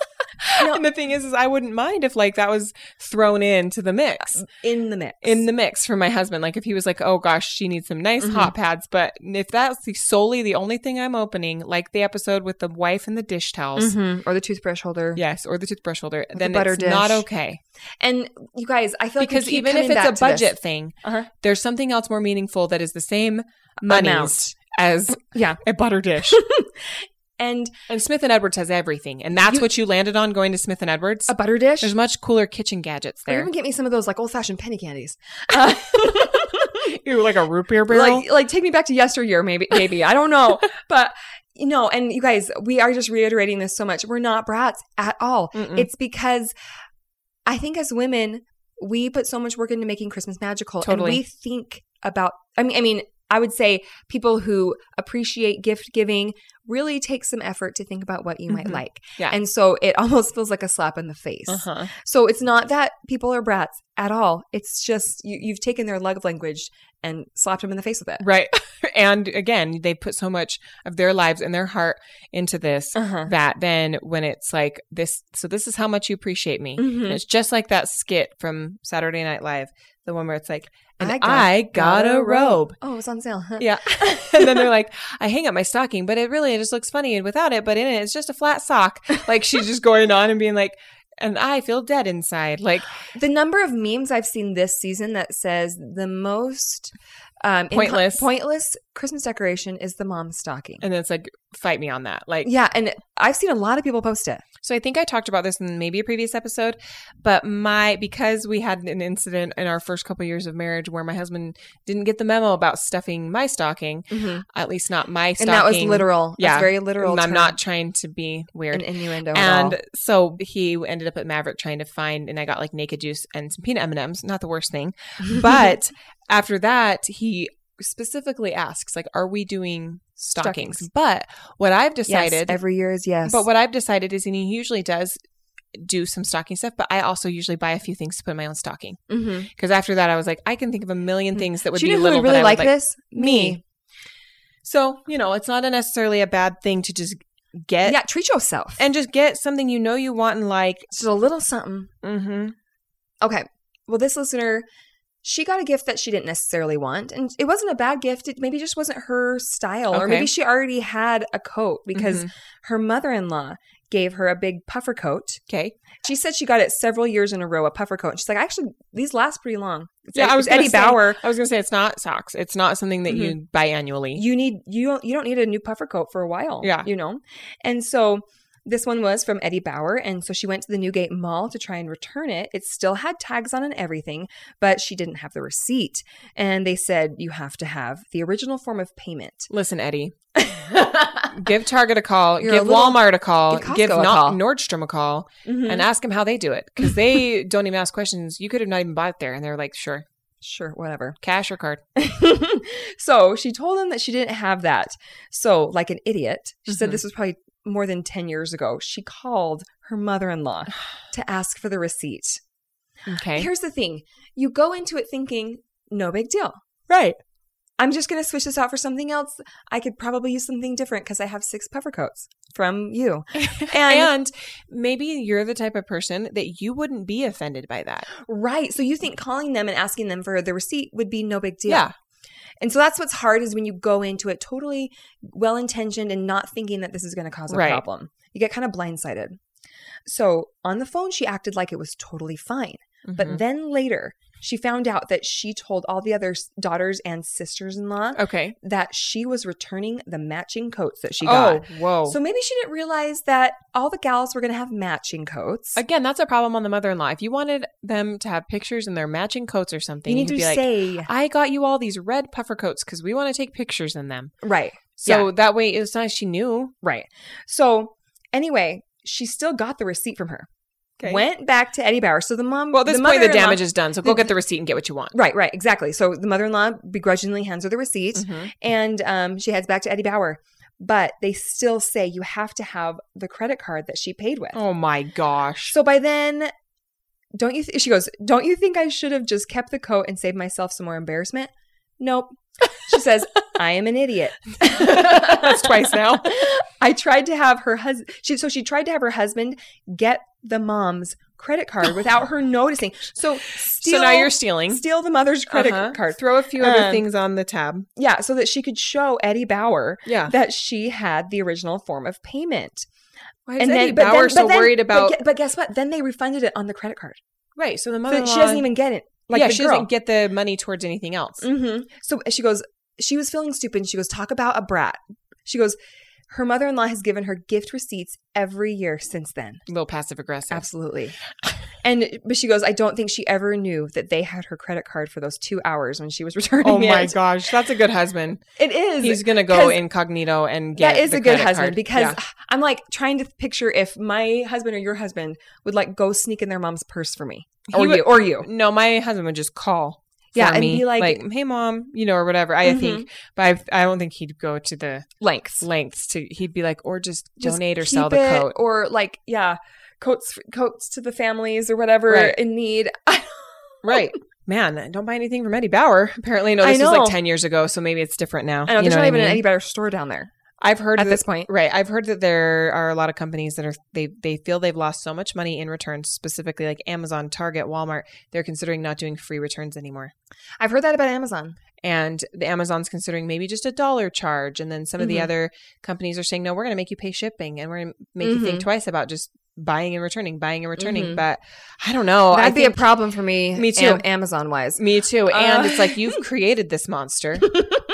Speaker 1: And the thing is, is I wouldn't mind if like that was thrown into the mix.
Speaker 2: in the mix.
Speaker 1: in the mix for my husband. Like if he was like, "Oh gosh, she needs some nice
Speaker 2: Mhm.
Speaker 1: hot pads," but if that's the, solely the only thing I'm opening, like the episode with the wife and the dish towels,
Speaker 2: Mhm. or the toothbrush holder.
Speaker 1: yes, or the toothbrush holder,
Speaker 2: the
Speaker 1: then
Speaker 2: butter
Speaker 1: it's not
Speaker 2: dish.
Speaker 1: okay
Speaker 2: And you guys, I feel like we
Speaker 1: because
Speaker 2: keep
Speaker 1: even if
Speaker 2: coming
Speaker 1: it's
Speaker 2: back
Speaker 1: a
Speaker 2: to
Speaker 1: budget
Speaker 2: this
Speaker 1: thing,
Speaker 2: Uh-huh.
Speaker 1: there's something else more meaningful that is the same money
Speaker 2: amount.
Speaker 1: as
Speaker 2: Yeah.
Speaker 1: a butter dish.
Speaker 2: and
Speaker 1: And Smith and Edwards has everything, and that's
Speaker 2: You-
Speaker 1: what you landed on going to Smith and Edwards.
Speaker 2: a butter dish.
Speaker 1: There's much cooler kitchen gadgets
Speaker 2: Or
Speaker 1: there.
Speaker 2: even get me some of those like old fashioned penny candies. Uh,
Speaker 1: You're like a root beer barrel.
Speaker 2: like, like take me back to yesteryear, maybe. Maybe I don't know, but you know. And you guys, we are just reiterating this so much. We're not brats at all.
Speaker 1: Mm-mm.
Speaker 2: It's because I think as women, we put so much work into making Christmas magical,
Speaker 1: Totally.
Speaker 2: and we think about. I mean, I mean, I would say people who appreciate gift giving really take some effort to think about what you might
Speaker 1: Mhm.
Speaker 2: like.
Speaker 1: Yeah.
Speaker 2: and so it almost feels like a slap in the face.
Speaker 1: uh-huh.
Speaker 2: So it's not that people are brats at all. It's just you, you've taken their love language and slapped them in the face with it.
Speaker 1: Right. and again, they put so much of their lives and their heart into this
Speaker 2: Uh-huh.
Speaker 1: that then when it's like this, so this is how much you appreciate me. And
Speaker 2: Mm-hmm.
Speaker 1: it's just like that skit from Saturday Night Live, the one where it's like, and I got, a robe.
Speaker 2: Oh, it was on sale. Huh?
Speaker 1: Yeah. and then they're like, I hang up my stocking, but it really it just looks funny without it, but in it, it's just a flat sock. Like she's just going on and being like, and I feel dead inside. Like
Speaker 2: The number of memes I've seen this season that says the most um, inco-
Speaker 1: Pointless.
Speaker 2: pointless Christmas decoration is the mom stocking.
Speaker 1: and it's like, fight me on that. Like
Speaker 2: yeah, and I've seen a lot of people post it.
Speaker 1: So I think I talked about this in maybe a previous episode, but my because we had an incident in our first couple years of marriage where my husband didn't get the memo about stuffing my stocking, at least not my
Speaker 2: And
Speaker 1: stocking.
Speaker 2: that was literal.
Speaker 1: Mm-hmm.
Speaker 2: Yeah,
Speaker 1: Yeah.
Speaker 2: very literal.
Speaker 1: And I'm
Speaker 2: term,
Speaker 1: not trying to be
Speaker 2: an
Speaker 1: weird.
Speaker 2: innuendo.
Speaker 1: And,
Speaker 2: at
Speaker 1: so he ended up at Maverick trying to find, and I got like naked juice and some peanut M and M's. Not the worst thing,
Speaker 2: all.
Speaker 1: but after that, he specifically asks, like, "Are we doing stockings?"
Speaker 2: Stockings.
Speaker 1: But what I've
Speaker 2: yes,
Speaker 1: decided
Speaker 2: every year is yes.
Speaker 1: but what I've decided is, and he usually does do some stocking stuff, but I also usually buy a few things to put in my own stocking.
Speaker 2: Mhm.
Speaker 1: Because after that, I was like, I can think of a million things that would
Speaker 2: Do
Speaker 1: be
Speaker 2: you know Mm. who
Speaker 1: little
Speaker 2: would really
Speaker 1: that I
Speaker 2: like
Speaker 1: would like.
Speaker 2: this?
Speaker 1: Me. So you know, it's not a necessarily a bad thing to just get
Speaker 2: yeah, treat yourself.
Speaker 1: and just get something you know you want and like.
Speaker 2: just a little something.
Speaker 1: Mm-hmm.
Speaker 2: Okay. Well, this listener, she got a gift that she didn't necessarily want. And it wasn't a bad gift. It maybe just wasn't her style. Or
Speaker 1: Okay. Mm-hmm.
Speaker 2: maybe she already had a coat because her mother in law gave her a big puffer coat.
Speaker 1: okay,
Speaker 2: She said she got it several years in a row, a puffer coat. And she's like, actually, these last pretty long. It's
Speaker 1: Yeah,
Speaker 2: Ed-
Speaker 1: I was
Speaker 2: it's Eddie
Speaker 1: gonna say-
Speaker 2: Bauer. Mm-hmm.
Speaker 1: I was gonna say it's not socks. It's not something that you buy annually.
Speaker 2: You need you don't you don't need a new puffer coat for a while.
Speaker 1: Yeah.
Speaker 2: You know? And so this one was from Eddie Bauer. And so she went to the Newgate Mall to try and return it. It still had tags on and everything, but she didn't have the receipt. And they said you have to have the original form of payment.
Speaker 1: Listen, Eddie. give Target a call.
Speaker 2: You're a
Speaker 1: give
Speaker 2: little-
Speaker 1: Walmart a call.
Speaker 2: Give Costco
Speaker 1: Give
Speaker 2: a
Speaker 1: Nor-
Speaker 2: call.
Speaker 1: Nordstrom a call.
Speaker 2: Mhm.
Speaker 1: and ask them how they do it because they don't even ask questions. You could have not even bought there, and they're like, "Sure,
Speaker 2: sure, whatever.
Speaker 1: cash or card."
Speaker 2: so she told him that she didn't have that. So, like an idiot, she said
Speaker 1: Mhm.
Speaker 2: this was probably more than 10 years ago. She called her mother in law to ask for the receipt.
Speaker 1: Okay,
Speaker 2: Here's the thing you go into it thinking, no big deal.
Speaker 1: right.
Speaker 2: I'm just going to switch this out for something else. I could probably use something different because I have six puffer coats from you. And,
Speaker 1: And maybe you're the type of person that you wouldn't be offended by that.
Speaker 2: right. So you think calling them and asking them for the receipt would be no big deal.
Speaker 1: Yeah,
Speaker 2: And so that's what's hard is when you go into it totally well intentioned and not thinking that this is going to cause a
Speaker 1: Right.
Speaker 2: problem. You get kind of blindsided. So on the phone, she acted like it was totally fine. But
Speaker 1: Mhm.
Speaker 2: then later, she found out that she told all the other s- daughters and sisters in law
Speaker 1: okay.
Speaker 2: that she was returning the matching coats that she got.
Speaker 1: oh, whoa.
Speaker 2: So maybe she didn't realize that all the gals were going to have matching coats.
Speaker 1: Again, that's a problem on the mother-in-law. If you wanted them to have pictures in their matching coats or something,
Speaker 2: you need
Speaker 1: would
Speaker 2: to
Speaker 1: be like, "Ah."
Speaker 2: say
Speaker 1: "I got you all these red puffer coats because we want to take pictures in them."
Speaker 2: right,
Speaker 1: So that way, it's not she knew.
Speaker 2: right. So anyway, she still got the receipt from her. Went back to Eddie Bauer. So the mom.
Speaker 1: Well, at this point, the
Speaker 2: mother-in-law-
Speaker 1: damage is done. So go
Speaker 2: the-
Speaker 1: get the receipt and get what you want.
Speaker 2: Right, right, exactly. So the mother-in-law begrudgingly hands her the receipt,
Speaker 1: Mhm.
Speaker 2: and um, she heads back to Eddie Bauer. But they still say you have to have the credit card that she paid with.
Speaker 1: Oh my gosh.
Speaker 2: So by then, don't you? Th- she goes, "Don't you think I should have just kept the coat and saved myself some more embarrassment?" Nope. She says, "I am an idiot."
Speaker 1: That's twice now.
Speaker 2: I tried to have her husband. She, so she tried to have her husband get the mom's credit card without her noticing. So steal,
Speaker 1: so now you're stealing.
Speaker 2: steal the mother's credit
Speaker 1: Uh-huh.
Speaker 2: card.
Speaker 1: Throw a few
Speaker 2: Um,
Speaker 1: other things on the tab.
Speaker 2: Yeah, so that she could show Eddie Bauer
Speaker 1: Yeah.
Speaker 2: that she had the original form of payment.
Speaker 1: Why is Eddie Bauer
Speaker 2: but
Speaker 1: so
Speaker 2: then-
Speaker 1: worried
Speaker 2: but
Speaker 1: about?
Speaker 2: gue- But guess what? Then they refunded it on the credit card.
Speaker 1: right. So the
Speaker 2: So
Speaker 1: mother.
Speaker 2: that she doesn't even get it. Like
Speaker 1: Oh yeah,
Speaker 2: the
Speaker 1: she
Speaker 2: girl. Mm.
Speaker 1: doesn't get the money towards anything else.
Speaker 2: Mm-hmm. So she goes, she was feeling stupid. and She goes, talk about a brat. She goes, Her mother in law has given her gift receipts every year since then.
Speaker 1: A little passive aggressive.
Speaker 2: Absolutely. and but she goes, I don't think she ever knew that they had her credit card for those two hours when she was returning.
Speaker 1: Oh my
Speaker 2: it.
Speaker 1: gosh, that's a good husband.
Speaker 2: It is.
Speaker 1: He's gonna go
Speaker 2: 'Cause
Speaker 1: incognito and get
Speaker 2: that is
Speaker 1: the
Speaker 2: a good
Speaker 1: credit
Speaker 2: husband
Speaker 1: card.
Speaker 2: because
Speaker 1: Yeah.
Speaker 2: I'm like trying to picture if my husband or your husband would like go sneak in their mom's purse for me.
Speaker 1: He
Speaker 2: Or
Speaker 1: would-
Speaker 2: you or you.
Speaker 1: no, my husband would just call.
Speaker 2: Yeah,
Speaker 1: for
Speaker 2: and
Speaker 1: me,
Speaker 2: be like-
Speaker 1: "Hey, mom," you know, or whatever. I
Speaker 2: Mhm.
Speaker 1: think, but I, I don't think he'd go to the
Speaker 2: Lengths.
Speaker 1: lengths to. He'd be like, or just,
Speaker 2: Just
Speaker 1: donate or
Speaker 2: keep
Speaker 1: sell the
Speaker 2: it,
Speaker 1: coat.
Speaker 2: Or like, yeah, coats coats to the families or whatever
Speaker 1: Right.
Speaker 2: in need.
Speaker 1: Right. Man, don't buy anything from Eddie Bauer. Apparently, no,
Speaker 2: I
Speaker 1: this was
Speaker 2: know.
Speaker 1: like 10 years ago, so maybe it's different now.
Speaker 2: I know
Speaker 1: you
Speaker 2: there's
Speaker 1: know
Speaker 2: not
Speaker 1: what
Speaker 2: even
Speaker 1: I
Speaker 2: an
Speaker 1: mean?
Speaker 2: Eddie Bauer store down there
Speaker 1: I've heard
Speaker 2: at
Speaker 1: that,
Speaker 2: this point.
Speaker 1: right. I've heard that there are a lot of companies that are they they feel they've lost so much money in returns, specifically like Amazon, Target, Walmart. They're considering not doing free returns anymore.
Speaker 2: I've heard that about Amazon.
Speaker 1: And the Amazon's considering maybe just a dollar charge, and then some of the
Speaker 2: Mhm.
Speaker 1: other companies are saying, no, we're going to make you pay shipping, and we're going to make you think
Speaker 2: Mhm.
Speaker 1: twice about just buying and returning, buying and returning.
Speaker 2: Mhm.
Speaker 1: But I don't know. I
Speaker 2: That'd be Oh, a
Speaker 1: think-
Speaker 2: problem for me.
Speaker 1: Me too.
Speaker 2: Amazon wise.
Speaker 1: Me too. And
Speaker 2: Uh,
Speaker 1: it's like you've created this monster,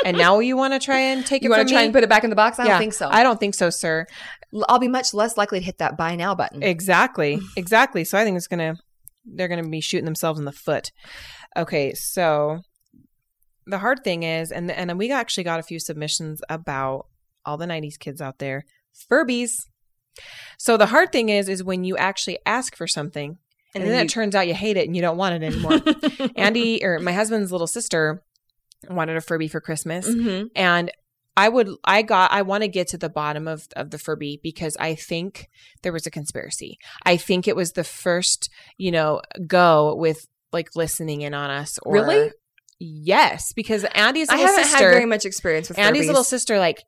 Speaker 1: and now you want to try and take
Speaker 2: You
Speaker 1: it
Speaker 2: want
Speaker 1: from
Speaker 2: to try
Speaker 1: me?
Speaker 2: and put it back in the box? I
Speaker 1: Yeah.
Speaker 2: don't think so.
Speaker 1: I don't think so, sir.
Speaker 2: I'll be much less likely to hit that buy now button.
Speaker 1: Exactly. Exactly. So I think it's gonna they're gonna be shooting themselves in the foot. Okay, so the hard thing is, and and we actually got a few submissions about all the '90s kids out there, Furbies. So the hard thing is, is when you actually ask for something, and, then, it turns out you hate it and you don't want it anymore.
Speaker 2: turns
Speaker 1: Andy or my husband's little sister wanted a Furby for Christmas,
Speaker 2: hmm
Speaker 1: and I would I got I want to get to the bottom of of the Furby because I think there was a conspiracy. I think it was the first, you know, go with like listening in on us or
Speaker 2: Really?
Speaker 1: Yes, because Andy's
Speaker 2: I
Speaker 1: little
Speaker 2: haven't
Speaker 1: sister
Speaker 2: had very much experience with
Speaker 1: Andy's
Speaker 2: Furbies.
Speaker 1: little sister like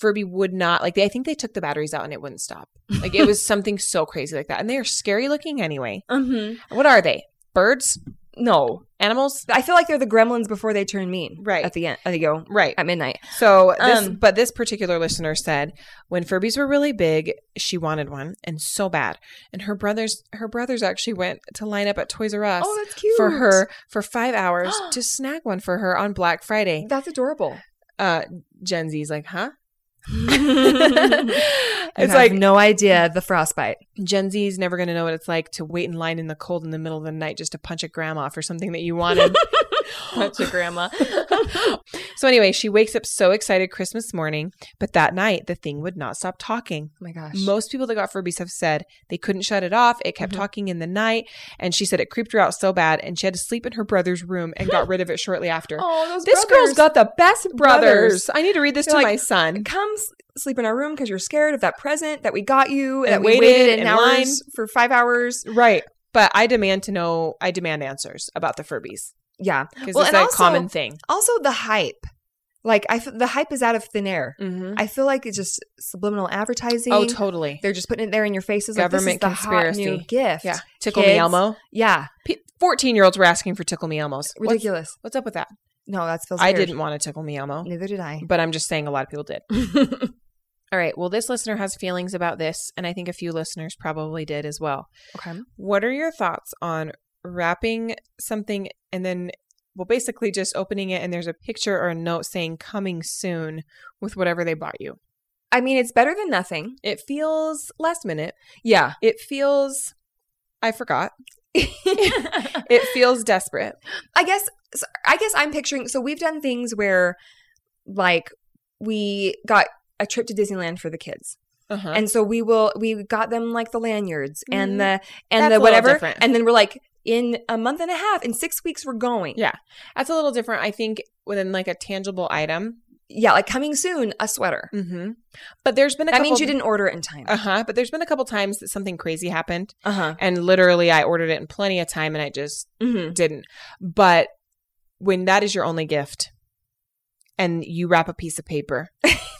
Speaker 1: Furby would not like they I think they took the batteries out and it wouldn't stop. Like it was something so crazy like that. And they are scary looking anyway.
Speaker 2: Mhm.
Speaker 1: What are they? Birds?
Speaker 2: No,
Speaker 1: Animals?
Speaker 2: I feel like they're the gremlins before they turn mean.
Speaker 1: Right.
Speaker 2: at the end, at the go
Speaker 1: Right.
Speaker 2: at midnight.
Speaker 1: So this,
Speaker 2: Um,
Speaker 1: but this particular listener said when Furbies were really big, she wanted one and so bad. And her brothers, her brothers actually went to line up at Toys R Us
Speaker 2: Oh, that's cute
Speaker 1: for her for five hours to snag one for her on Black Friday.
Speaker 2: That's adorable.
Speaker 1: Uh, Gen Z's like, huh?
Speaker 2: it's
Speaker 1: it's
Speaker 2: like
Speaker 1: like
Speaker 2: no idea the frostbite.
Speaker 1: Gen Z's never going to know what it's like to wait in line in the cold in the middle of the night just to punch a grandma for something that you wanted.
Speaker 2: That's a grandma.
Speaker 1: so anyway, she wakes up so excited Christmas morning, but that night the thing would not stop talking.
Speaker 2: Oh my gosh.
Speaker 1: Most people that got Furbies have said they couldn't shut it off. It kept
Speaker 2: Mhm.
Speaker 1: talking in the night. And she said it creeped her out so bad. And she had to sleep in her brother's room and got rid of it shortly after.
Speaker 2: oh, those
Speaker 1: this girl's got the best brothers.
Speaker 2: Brothers.
Speaker 1: I need to read this
Speaker 2: They're
Speaker 1: to
Speaker 2: like-
Speaker 1: my son.
Speaker 2: come s- sleep in our room because you're scared of that present that we got you
Speaker 1: And
Speaker 2: and that we
Speaker 1: waited
Speaker 2: waited in
Speaker 1: in
Speaker 2: hours for five hours.
Speaker 1: Right. But I demand to know, I demand answers about the Furbies
Speaker 2: Yeah.
Speaker 1: because
Speaker 2: Well,
Speaker 1: it's
Speaker 2: and
Speaker 1: a
Speaker 2: also-
Speaker 1: common thing.
Speaker 2: Also, the hype. Like I, f- the hype is out of thin air.
Speaker 1: Mm-hmm.
Speaker 2: I feel like it's just subliminal advertising.
Speaker 1: Oh, totally.
Speaker 2: They're just putting it there in your faces. like,
Speaker 1: Government
Speaker 2: this is the hot new
Speaker 1: conspiracy.
Speaker 2: gift.
Speaker 1: Yeah. Tickle me
Speaker 2: Kids.
Speaker 1: Elmo.
Speaker 2: Yeah.
Speaker 1: 14 year olds were asking for Tickle Me Elmos. What's-
Speaker 2: Ridiculous.
Speaker 1: What's, up with that?
Speaker 2: No, that feels.
Speaker 1: I
Speaker 2: weird.
Speaker 1: didn't want a Tickle Me Elmo.
Speaker 2: Neither did I.
Speaker 1: but I'm just saying a lot of people did. All right. Well, this listener has feelings about this, and I think a few listeners probably did as well.
Speaker 2: Okay.
Speaker 1: What are your thoughts on wrapping something and then, well, basically just opening it and there's a picture or a note saying coming soon with whatever they bought you?
Speaker 2: I mean, it's better than nothing.
Speaker 1: It feels last minute.
Speaker 2: Yeah.
Speaker 1: It feels, I forgot.
Speaker 2: I
Speaker 1: It feels desperate.
Speaker 2: guess. so- I guess I'm picturing. So we've done things where, like, we got a trip to Disneyland for the kids,
Speaker 1: Uh-huh.
Speaker 2: and so we will. We got them like the lanyards
Speaker 1: Mhm.
Speaker 2: and the
Speaker 1: That's
Speaker 2: and
Speaker 1: a
Speaker 2: the
Speaker 1: little
Speaker 2: whatever,
Speaker 1: different.
Speaker 2: and then we're like, in a month and a half, in six weeks, we're going.
Speaker 1: Yeah. That's a little different, I think, within like a tangible item.
Speaker 2: Yeah, like coming soon, a sweater.
Speaker 1: Mm-hmm. But there's been a
Speaker 2: That
Speaker 1: couple
Speaker 2: means you didn't order it in time.
Speaker 1: Uh huh. But there's been a couple times that something crazy happened,
Speaker 2: Uh huh.
Speaker 1: and literally I ordered it in plenty of time, and I just
Speaker 2: Mm-hmm.
Speaker 1: didn't. But when that is your only gift, and you wrap a piece of paper,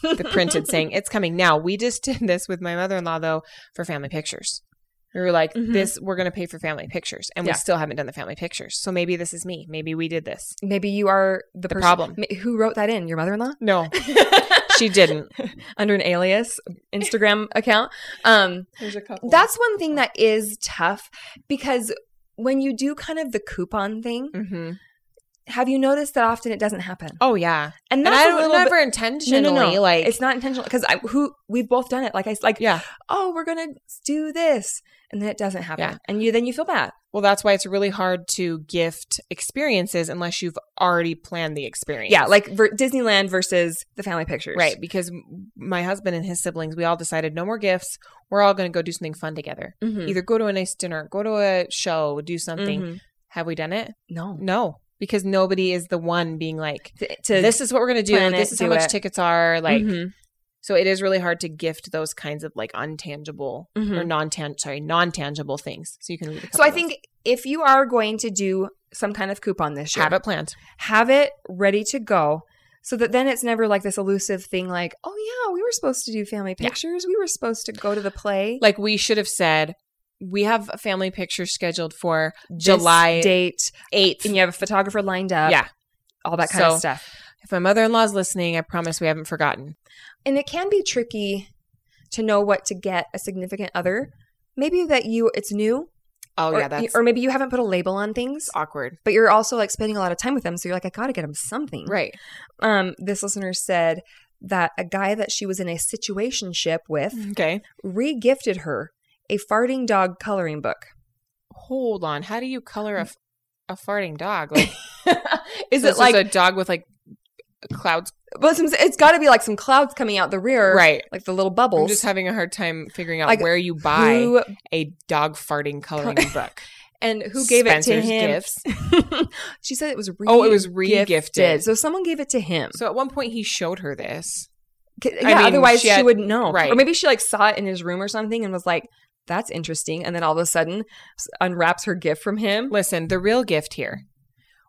Speaker 1: the printed saying it's coming now. We just did this with my mother in law though for family pictures. We were like,
Speaker 2: Mhm.
Speaker 1: this we're gonna pay for family pictures, and
Speaker 2: Yeah.
Speaker 1: we still haven't done the family pictures. So maybe this is me. Maybe we did this.
Speaker 2: Maybe you are the, person-
Speaker 1: problem.
Speaker 2: Ma- Who wrote that in? Your mother-in-law?
Speaker 1: No, she didn't.
Speaker 2: under an alias Instagram account. Um,
Speaker 1: There's a couple.
Speaker 2: that's one thing that is tough because when you do kind of the coupon thing,
Speaker 1: hmm
Speaker 2: Have you noticed that often it doesn't happen?
Speaker 1: Oh yeah, and
Speaker 2: And that's
Speaker 1: I
Speaker 2: a
Speaker 1: don't
Speaker 2: little
Speaker 1: never
Speaker 2: bit, no,
Speaker 1: intentionally
Speaker 2: no, no.
Speaker 1: like
Speaker 2: it's not intentional because I who we've both done it. Like I s- like
Speaker 1: yeah.
Speaker 2: oh we're gonna do this and then it doesn't happen
Speaker 1: Yeah.
Speaker 2: and you then you feel bad.
Speaker 1: Well, that's why it's really hard to gift experiences unless you've already planned the experience.
Speaker 2: Yeah, like ver- Disneyland versus the family pictures.
Speaker 1: right because m- my husband and his siblings we all decided no more gifts. We're all going to go do something fun together.
Speaker 2: Mhm.
Speaker 1: Either go to a nice dinner, go to a show, do something.
Speaker 2: Mhm.
Speaker 1: Have we done it?
Speaker 2: No.
Speaker 1: No, because nobody is the one being like
Speaker 2: To, to
Speaker 1: this is what we're going to do.
Speaker 2: plan
Speaker 1: This
Speaker 2: it,
Speaker 1: is how
Speaker 2: do
Speaker 1: much
Speaker 2: it."
Speaker 1: tickets are like
Speaker 2: Mhm.
Speaker 1: So it is really hard to gift those kinds of like untangible
Speaker 2: Mhm.
Speaker 1: or non tan sorry non tangible things. So you can read. A couple
Speaker 2: So I
Speaker 1: of those.
Speaker 2: think if you are going to do some kind of coupon this year,
Speaker 1: have it planned.
Speaker 2: have it ready to go so that then it's never like this elusive thing like, oh yeah, we were supposed to do family
Speaker 1: Yeah.
Speaker 2: pictures. We were supposed to go to the play.
Speaker 1: Like we should have said, we have a family picture scheduled for
Speaker 2: this
Speaker 1: July
Speaker 2: date
Speaker 1: eighth.
Speaker 2: and you have a photographer lined up.
Speaker 1: Yeah.
Speaker 2: All that kind
Speaker 1: So-
Speaker 2: of stuff.
Speaker 1: If my mother in law's listening, I promise we haven't forgotten.
Speaker 2: And it can be tricky to know what to get a significant other. Maybe that you it's new.
Speaker 1: Oh
Speaker 2: or,
Speaker 1: yeah, that's
Speaker 2: or maybe you haven't put a label on things.
Speaker 1: awkward.
Speaker 2: But you're also like spending a lot of time with them, so you're like, I gotta get them something.
Speaker 1: Right.
Speaker 2: um, this listener said that a guy that she was in a situationship with
Speaker 1: Okay.
Speaker 2: regifted her a farting dog coloring book.
Speaker 1: Hold on. How do you color a, f- a farting dog? Like,
Speaker 2: Is
Speaker 1: so
Speaker 2: it
Speaker 1: it's just
Speaker 2: like?
Speaker 1: a dog with like clouds?
Speaker 2: Well, it's- it's got to be like some clouds coming out the rear,
Speaker 1: Right.
Speaker 2: Like the little
Speaker 1: I'm
Speaker 2: bubbles.
Speaker 1: just having a hard time figuring out
Speaker 2: Like,
Speaker 1: where you buy
Speaker 2: who,
Speaker 1: a dog farting coloring book.
Speaker 2: and who gave it to
Speaker 1: Spencer's
Speaker 2: him?
Speaker 1: Gifts.
Speaker 2: she said it was re-
Speaker 1: Oh, it was re-gifted.
Speaker 2: So someone gave it to him.
Speaker 1: So at one point he showed her this.
Speaker 2: C-
Speaker 1: I
Speaker 2: yeah,
Speaker 1: mean,
Speaker 2: otherwise she,
Speaker 1: she had-
Speaker 2: wouldn't know,
Speaker 1: right.
Speaker 2: Or maybe she like saw it in his room or something and was like, "That's interesting." And then all of a sudden, s- unwraps her gift from him.
Speaker 1: Listen, the real gift here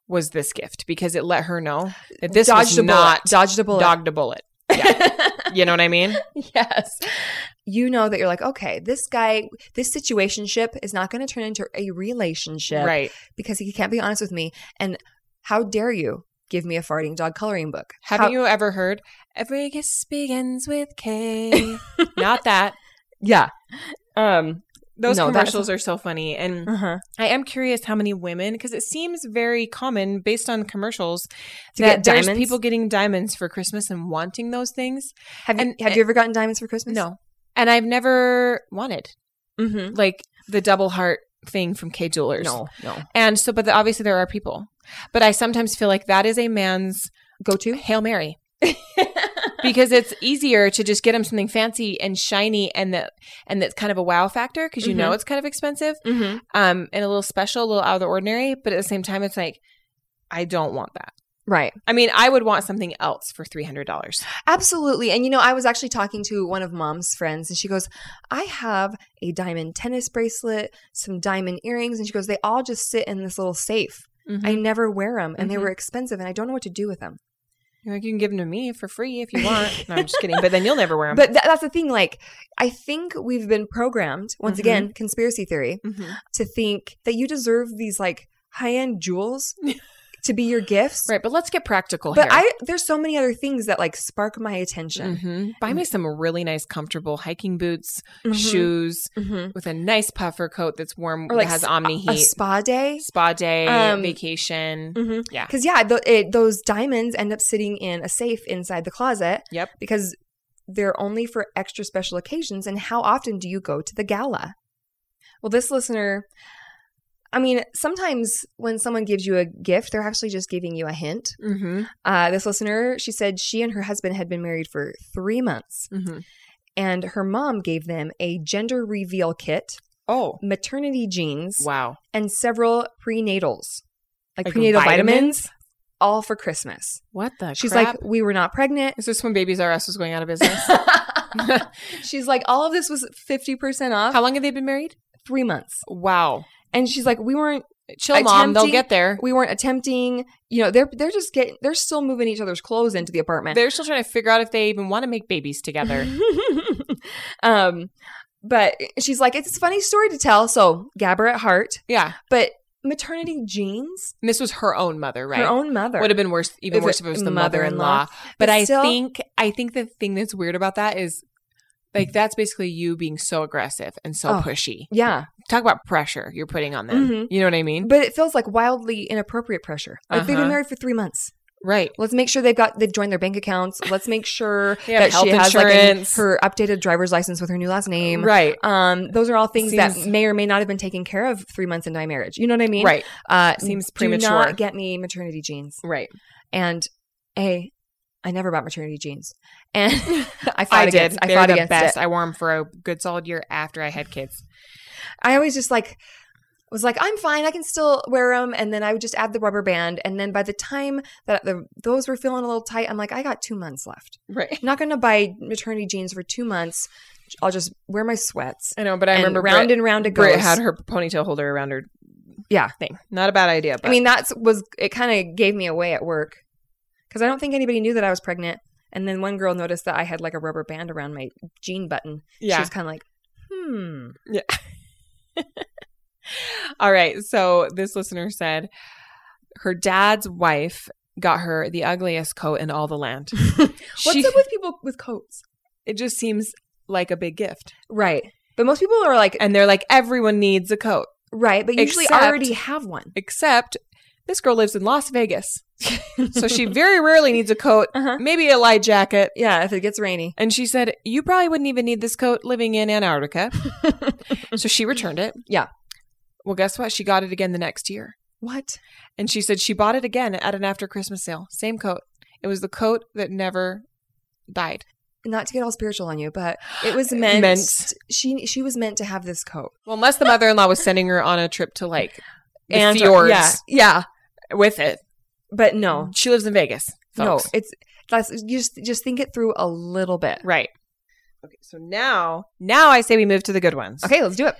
Speaker 1: was this gift because it let her know that this
Speaker 2: dodged
Speaker 1: was
Speaker 2: a bullet.
Speaker 1: not
Speaker 2: dodged a bullet.
Speaker 1: dogged a bullet. Yeah. you know what I mean?
Speaker 2: Yes. You know that you're like, okay, this guy, this situationship is not going to turn into a relationship
Speaker 1: Right.
Speaker 2: because he can't be honest with me. And how dare you give me a farting dog coloring book?
Speaker 1: Haven't
Speaker 2: How-
Speaker 1: you ever heard every kiss begins with K? not that.
Speaker 2: Yeah. Um.
Speaker 1: Those
Speaker 2: No, that's-
Speaker 1: commercials are so funny. And
Speaker 2: Uh-huh.
Speaker 1: I am curious how many women, because it seems very common based on commercials,
Speaker 2: To
Speaker 1: that
Speaker 2: get
Speaker 1: there's
Speaker 2: diamonds.
Speaker 1: people getting diamonds for Christmas and wanting those things.
Speaker 2: have you
Speaker 1: and-
Speaker 2: have you ever gotten diamonds for Christmas?
Speaker 1: No. And I've never wanted
Speaker 2: Mm-hmm.
Speaker 1: like the double heart thing from K Jewelers.
Speaker 2: No. No.
Speaker 1: And so, but the, obviously there are people. But I sometimes feel like that is a man's
Speaker 2: Go to.
Speaker 1: Hail Mary because it's easier to just get him something fancy and shiny and that and that's kind of a wow factor because you know it's kind of expensive
Speaker 2: mm-hmm.
Speaker 1: um and a little special, a little out of the ordinary, but at the same time it's like I don't want that.
Speaker 2: Right.
Speaker 1: I mean, I would want something else for $300.
Speaker 2: Absolutely. And you know, I was actually talking to one of mom's friends and she goes, I have a diamond tennis bracelet, some diamond earrings. And she goes, they all just sit in this little safe.
Speaker 1: Mm-hmm.
Speaker 2: I never wear them and they
Speaker 1: Mhm.
Speaker 2: were expensive and I don't know what to do with them.
Speaker 1: You're like, you can give them to me for free if you want. No, I'm just kidding. But then you'll never wear them.
Speaker 2: But tha- that's the thing. Like, I think we've been programmed, once
Speaker 1: Mhm.
Speaker 2: again, conspiracy theory,
Speaker 1: Mm-hmm.
Speaker 2: to think that you deserve these like high end jewels to be your gifts.
Speaker 1: right. But let's get practical here.
Speaker 2: But I, there's so many other things that like spark my attention.
Speaker 1: Mhm. Buy me some really nice, comfortable hiking boots,
Speaker 2: Mhm.
Speaker 1: shoes
Speaker 2: Mhm.
Speaker 1: with a nice puffer coat that's warm
Speaker 2: Or like
Speaker 1: that has
Speaker 2: s-
Speaker 1: omni
Speaker 2: A
Speaker 1: heat,
Speaker 2: spa day.
Speaker 1: spa day,
Speaker 2: Um,
Speaker 1: vacation.
Speaker 2: Mm-hmm.
Speaker 1: Yeah.
Speaker 2: Because yeah, tho- it, those diamonds end up sitting in a safe inside the closet.
Speaker 1: Yep.
Speaker 2: Because they're only for extra special occasions. And how often do you go to the gala? Well, this listener, I mean, sometimes when someone gives you a gift, they're actually just giving you a hint.
Speaker 1: Mm-hmm.
Speaker 2: Uh, this listener, she said she and her husband had been married for three months,
Speaker 1: Mm-hmm.
Speaker 2: and her mom gave them a gender reveal kit,
Speaker 1: Oh,
Speaker 2: maternity jeans,
Speaker 1: wow!
Speaker 2: and several prenatals, like,
Speaker 1: Like
Speaker 2: prenatal
Speaker 1: vitamins?
Speaker 2: vitamins, all for Christmas.
Speaker 1: What the?
Speaker 2: She's
Speaker 1: crap?
Speaker 2: like, we were not pregnant.
Speaker 1: is this when Babies R Us was going out of business?
Speaker 2: she's like, all of this was 50% off.
Speaker 1: How long have they been married?
Speaker 2: Three months.
Speaker 1: Wow,
Speaker 2: And she's like, we weren't,
Speaker 1: chill, mom. They'll
Speaker 2: Attempting-
Speaker 1: get there.
Speaker 2: we weren't attempting, you know, they're, they're just getting, they're still moving each other's clothes into the apartment.
Speaker 1: They're still trying to figure out if they even want to make babies together.
Speaker 2: um, but she's like, it's a funny story to tell. So gabber at heart,
Speaker 1: yeah,
Speaker 2: but maternity jeans,
Speaker 1: and this was her own mother, right?
Speaker 2: her own mother.
Speaker 1: Would have been worse, even
Speaker 2: If it-
Speaker 1: worse if it was the
Speaker 2: mother-in-law.
Speaker 1: mother-in-law. But I
Speaker 2: still-
Speaker 1: think I think the thing that's weird about that is Like that's basically you being so aggressive and so
Speaker 2: Oh.
Speaker 1: pushy.
Speaker 2: Yeah.
Speaker 1: Talk about pressure you're putting on them.
Speaker 2: Mhm.
Speaker 1: You know what I mean?
Speaker 2: But it feels like wildly inappropriate pressure. Like they've been
Speaker 1: Uh-huh.
Speaker 2: married for three months.
Speaker 1: Right.
Speaker 2: Let's make sure they've got they've joined their bank accounts. Let's make sure
Speaker 1: They have
Speaker 2: that she
Speaker 1: health
Speaker 2: has like an-
Speaker 1: insurance.
Speaker 2: her updated driver's license with her new last name.
Speaker 1: Right.
Speaker 2: Um, those are all things that
Speaker 1: Seems-
Speaker 2: may or may not have been taken care of three months into my marriage. You know what I mean?
Speaker 1: Right.
Speaker 2: Uh,
Speaker 1: Seems
Speaker 2: Do
Speaker 1: premature.
Speaker 2: not get me maternity jeans.
Speaker 1: Right.
Speaker 2: And a, I never bought maternity jeans. And I fought
Speaker 1: I
Speaker 2: against.
Speaker 1: did.
Speaker 2: I
Speaker 1: They're
Speaker 2: fought
Speaker 1: the
Speaker 2: against
Speaker 1: best.
Speaker 2: it.
Speaker 1: I wore them for a good solid year after I had kids.
Speaker 2: I always just like was like I'm fine. I can still wear them, and then I would just add the rubber band. And then by the time that the, those were feeling a little tight, I'm like, I got two months left.
Speaker 1: Right.
Speaker 2: I'm not going to buy maternity jeans for two months. I'll just wear my sweats.
Speaker 1: I know, but I
Speaker 2: and
Speaker 1: remember
Speaker 2: round
Speaker 1: Brit,
Speaker 2: and round it goes.
Speaker 1: Brit had her ponytail holder around her
Speaker 2: Yeah.
Speaker 1: thing. Not a bad idea, but
Speaker 2: I mean, that's was it. Kind of gave me away at work because I don't think anybody knew that I was pregnant. And then one girl noticed that I had like a rubber band around my jean button. She
Speaker 1: yeah.
Speaker 2: was kind of like, hmm.
Speaker 1: All right. So this listener said her dad's wife got her the ugliest coat in all the land.
Speaker 2: What's
Speaker 1: She-
Speaker 2: up with people with coats?
Speaker 1: it just seems like a big gift.
Speaker 2: Right. But most people are like,
Speaker 1: And they're like, everyone needs a coat,
Speaker 2: right, but usually
Speaker 1: Except-
Speaker 2: already have one.
Speaker 1: except this girl lives in Las Vegas. so she very rarely needs a coat,
Speaker 2: Uh-huh.
Speaker 1: maybe a light jacket.
Speaker 2: Yeah, if it gets rainy.
Speaker 1: And she said, You probably wouldn't even need this coat living in Antarctica. so she returned it.
Speaker 2: Yeah.
Speaker 1: Well, guess what? She got it again the next year.
Speaker 2: What?
Speaker 1: And she said she bought it again at an after Christmas sale. Same coat. It was the coat that never died.
Speaker 2: Not to get all spiritual on you, but it was meant,
Speaker 1: Meant.
Speaker 2: she she was meant to have this coat.
Speaker 1: Well, unless the mother in law was sending her on a trip to like the
Speaker 2: And- uh,
Speaker 1: fjords
Speaker 2: Yeah. Yeah.
Speaker 1: with it.
Speaker 2: But no.
Speaker 1: She lives in Vegas. Folks.
Speaker 2: No. It's that's you just just think it through a little bit.
Speaker 1: Right. Okay. So now, now I say we move to the good ones.
Speaker 2: Okay, let's do it.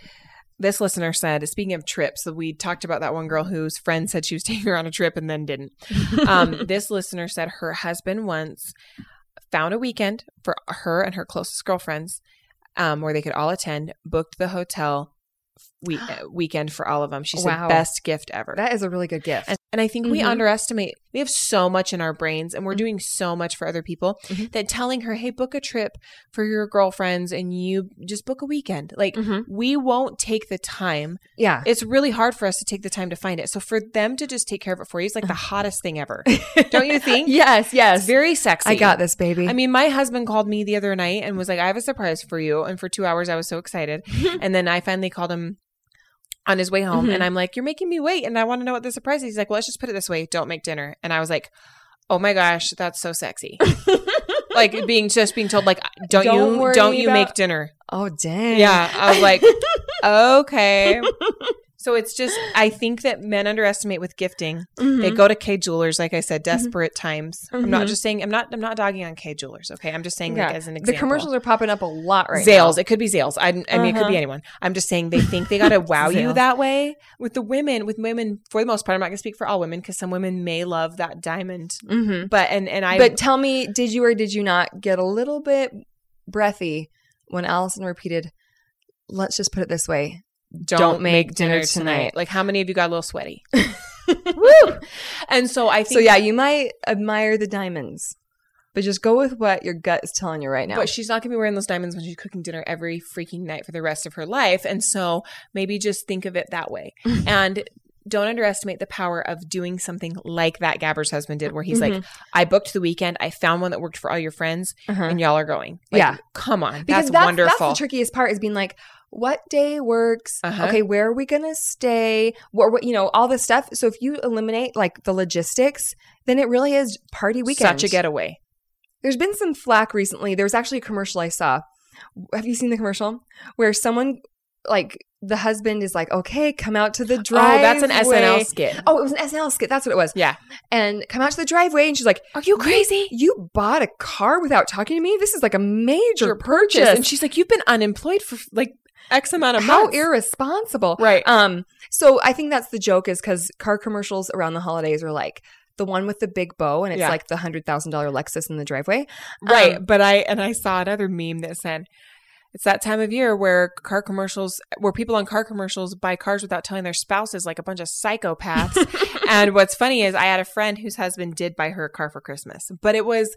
Speaker 1: This listener said, speaking of trips, that we talked about that one girl whose friend said she was taking her on a trip and then didn't. Um, this listener said her husband once found a weekend for her and her closest girlfriends um, where they could all attend, booked the hotel we- uh, weekend for all of them. She said,
Speaker 2: Wow.
Speaker 1: best gift ever.
Speaker 2: that is a really good gift.
Speaker 1: And, and I think we
Speaker 2: Mhm.
Speaker 1: underestimate, we have so much in our brains
Speaker 2: Mm-hmm.
Speaker 1: and we're doing so much for other people
Speaker 2: Mhm.
Speaker 1: that telling her, hey, book a trip for your girlfriends and you just book a weekend. Like,
Speaker 2: Mhm.
Speaker 1: we won't take the time.
Speaker 2: Yeah.
Speaker 1: It's really hard for us to take the time to find it. So for them to just take care of it for you is like the hottest thing ever. Don't you think?
Speaker 2: Yes,
Speaker 1: It's
Speaker 2: yes.
Speaker 1: very sexy.
Speaker 2: I got this, baby.
Speaker 1: I mean, my husband called me the other night and was like, I have a surprise for you. And for two hours, I was so excited. and then I finally called him on his way home
Speaker 2: Mhm.
Speaker 1: and I'm like, You're making me wait. And I want to know what the surprise is. He's like, Well, let's just put it this way don't make dinner. And I was like, Oh my gosh, that's so sexy. like being just being told, like, don't,
Speaker 2: Don't
Speaker 1: you
Speaker 2: worry
Speaker 1: don't you make
Speaker 2: about-
Speaker 1: dinner.
Speaker 2: oh dang.
Speaker 1: Yeah, I was like, okay. So it's just, I think that men underestimate with gifting. They
Speaker 2: Mhm.
Speaker 1: go to K jewelers, like I said,
Speaker 2: Mm-hmm.
Speaker 1: desperate times. I'm not
Speaker 2: Mhm.
Speaker 1: just saying, I'm not, I'm not dogging on K jewelers. Okay, I'm just saying like
Speaker 2: Yeah.
Speaker 1: as an
Speaker 2: the
Speaker 1: example.
Speaker 2: commercials are popping up a lot right
Speaker 1: Zales, it could be Zales. I, I mean, it could
Speaker 2: Uh-huh.
Speaker 1: be anyone. I'm just saying they think they gotta wow you
Speaker 2: Zales.
Speaker 1: that way with the women. With women, for the most part, I'm not gonna speak for all women because some women may love that diamond,
Speaker 2: now. Mm-hmm.
Speaker 1: but and and I
Speaker 2: but tell me, did you or did you not get a little bit breathy when Allison repeated, "Let's just put it this way"?
Speaker 1: don't,
Speaker 2: make dinner tonight.
Speaker 1: Like, how many of you got a little sweaty?
Speaker 2: Woo!
Speaker 1: And so I think
Speaker 2: So yeah, you might admire the diamonds, but just go with what your gut is telling you right now.
Speaker 1: But she's not going to be wearing those diamonds when she's cooking dinner every freaking night for the rest of her life. And so maybe just think of it that way.
Speaker 2: Mm-hmm.
Speaker 1: and don't underestimate the power of doing something like that Gabber's husband did, where he's like, I booked the weekend, I found one that worked for all your friends,
Speaker 2: Mm-hmm. Uh-huh.
Speaker 1: and y'all are going. Like,
Speaker 2: Yeah.
Speaker 1: Come on.
Speaker 2: because
Speaker 1: That's, wonderful.
Speaker 2: That's the trickiest part is being like, what day works?
Speaker 1: Uh-huh.
Speaker 2: Okay, where are we gonna stay? What, what you know, all this stuff. So if you eliminate like the logistics, then it really is party weekend.
Speaker 1: Such a getaway.
Speaker 2: There's been some flack recently. There was actually a commercial I saw. Have you seen the commercial where someone like the husband is like, "Okay, come out to the driveway."
Speaker 1: Oh, that's an SNL skit.
Speaker 2: Oh, it was an SNL skit. That's what it was.
Speaker 1: Yeah.
Speaker 2: And come out to the driveway, and she's like,
Speaker 1: Are you crazy?
Speaker 2: "You bought a car without talking to me? This is like a major
Speaker 1: Your
Speaker 2: purchase."
Speaker 1: And she's like, You've been unemployed for like X amount of
Speaker 2: How
Speaker 1: months.
Speaker 2: irresponsible!
Speaker 1: right.
Speaker 2: Um. So I think that's the joke is because car commercials around the holidays are like the one with the big bow, and it's
Speaker 1: Yeah.
Speaker 2: like the hundred thousand dollar Lexus in the driveway.
Speaker 1: Right.
Speaker 2: Um,
Speaker 1: but I, and I saw another meme that said, It's that time of year where car commercials, where people on car commercials buy cars without telling their spouses like a bunch of psychopaths. and what's funny is I had a friend whose husband did buy her a car for Christmas, but it was,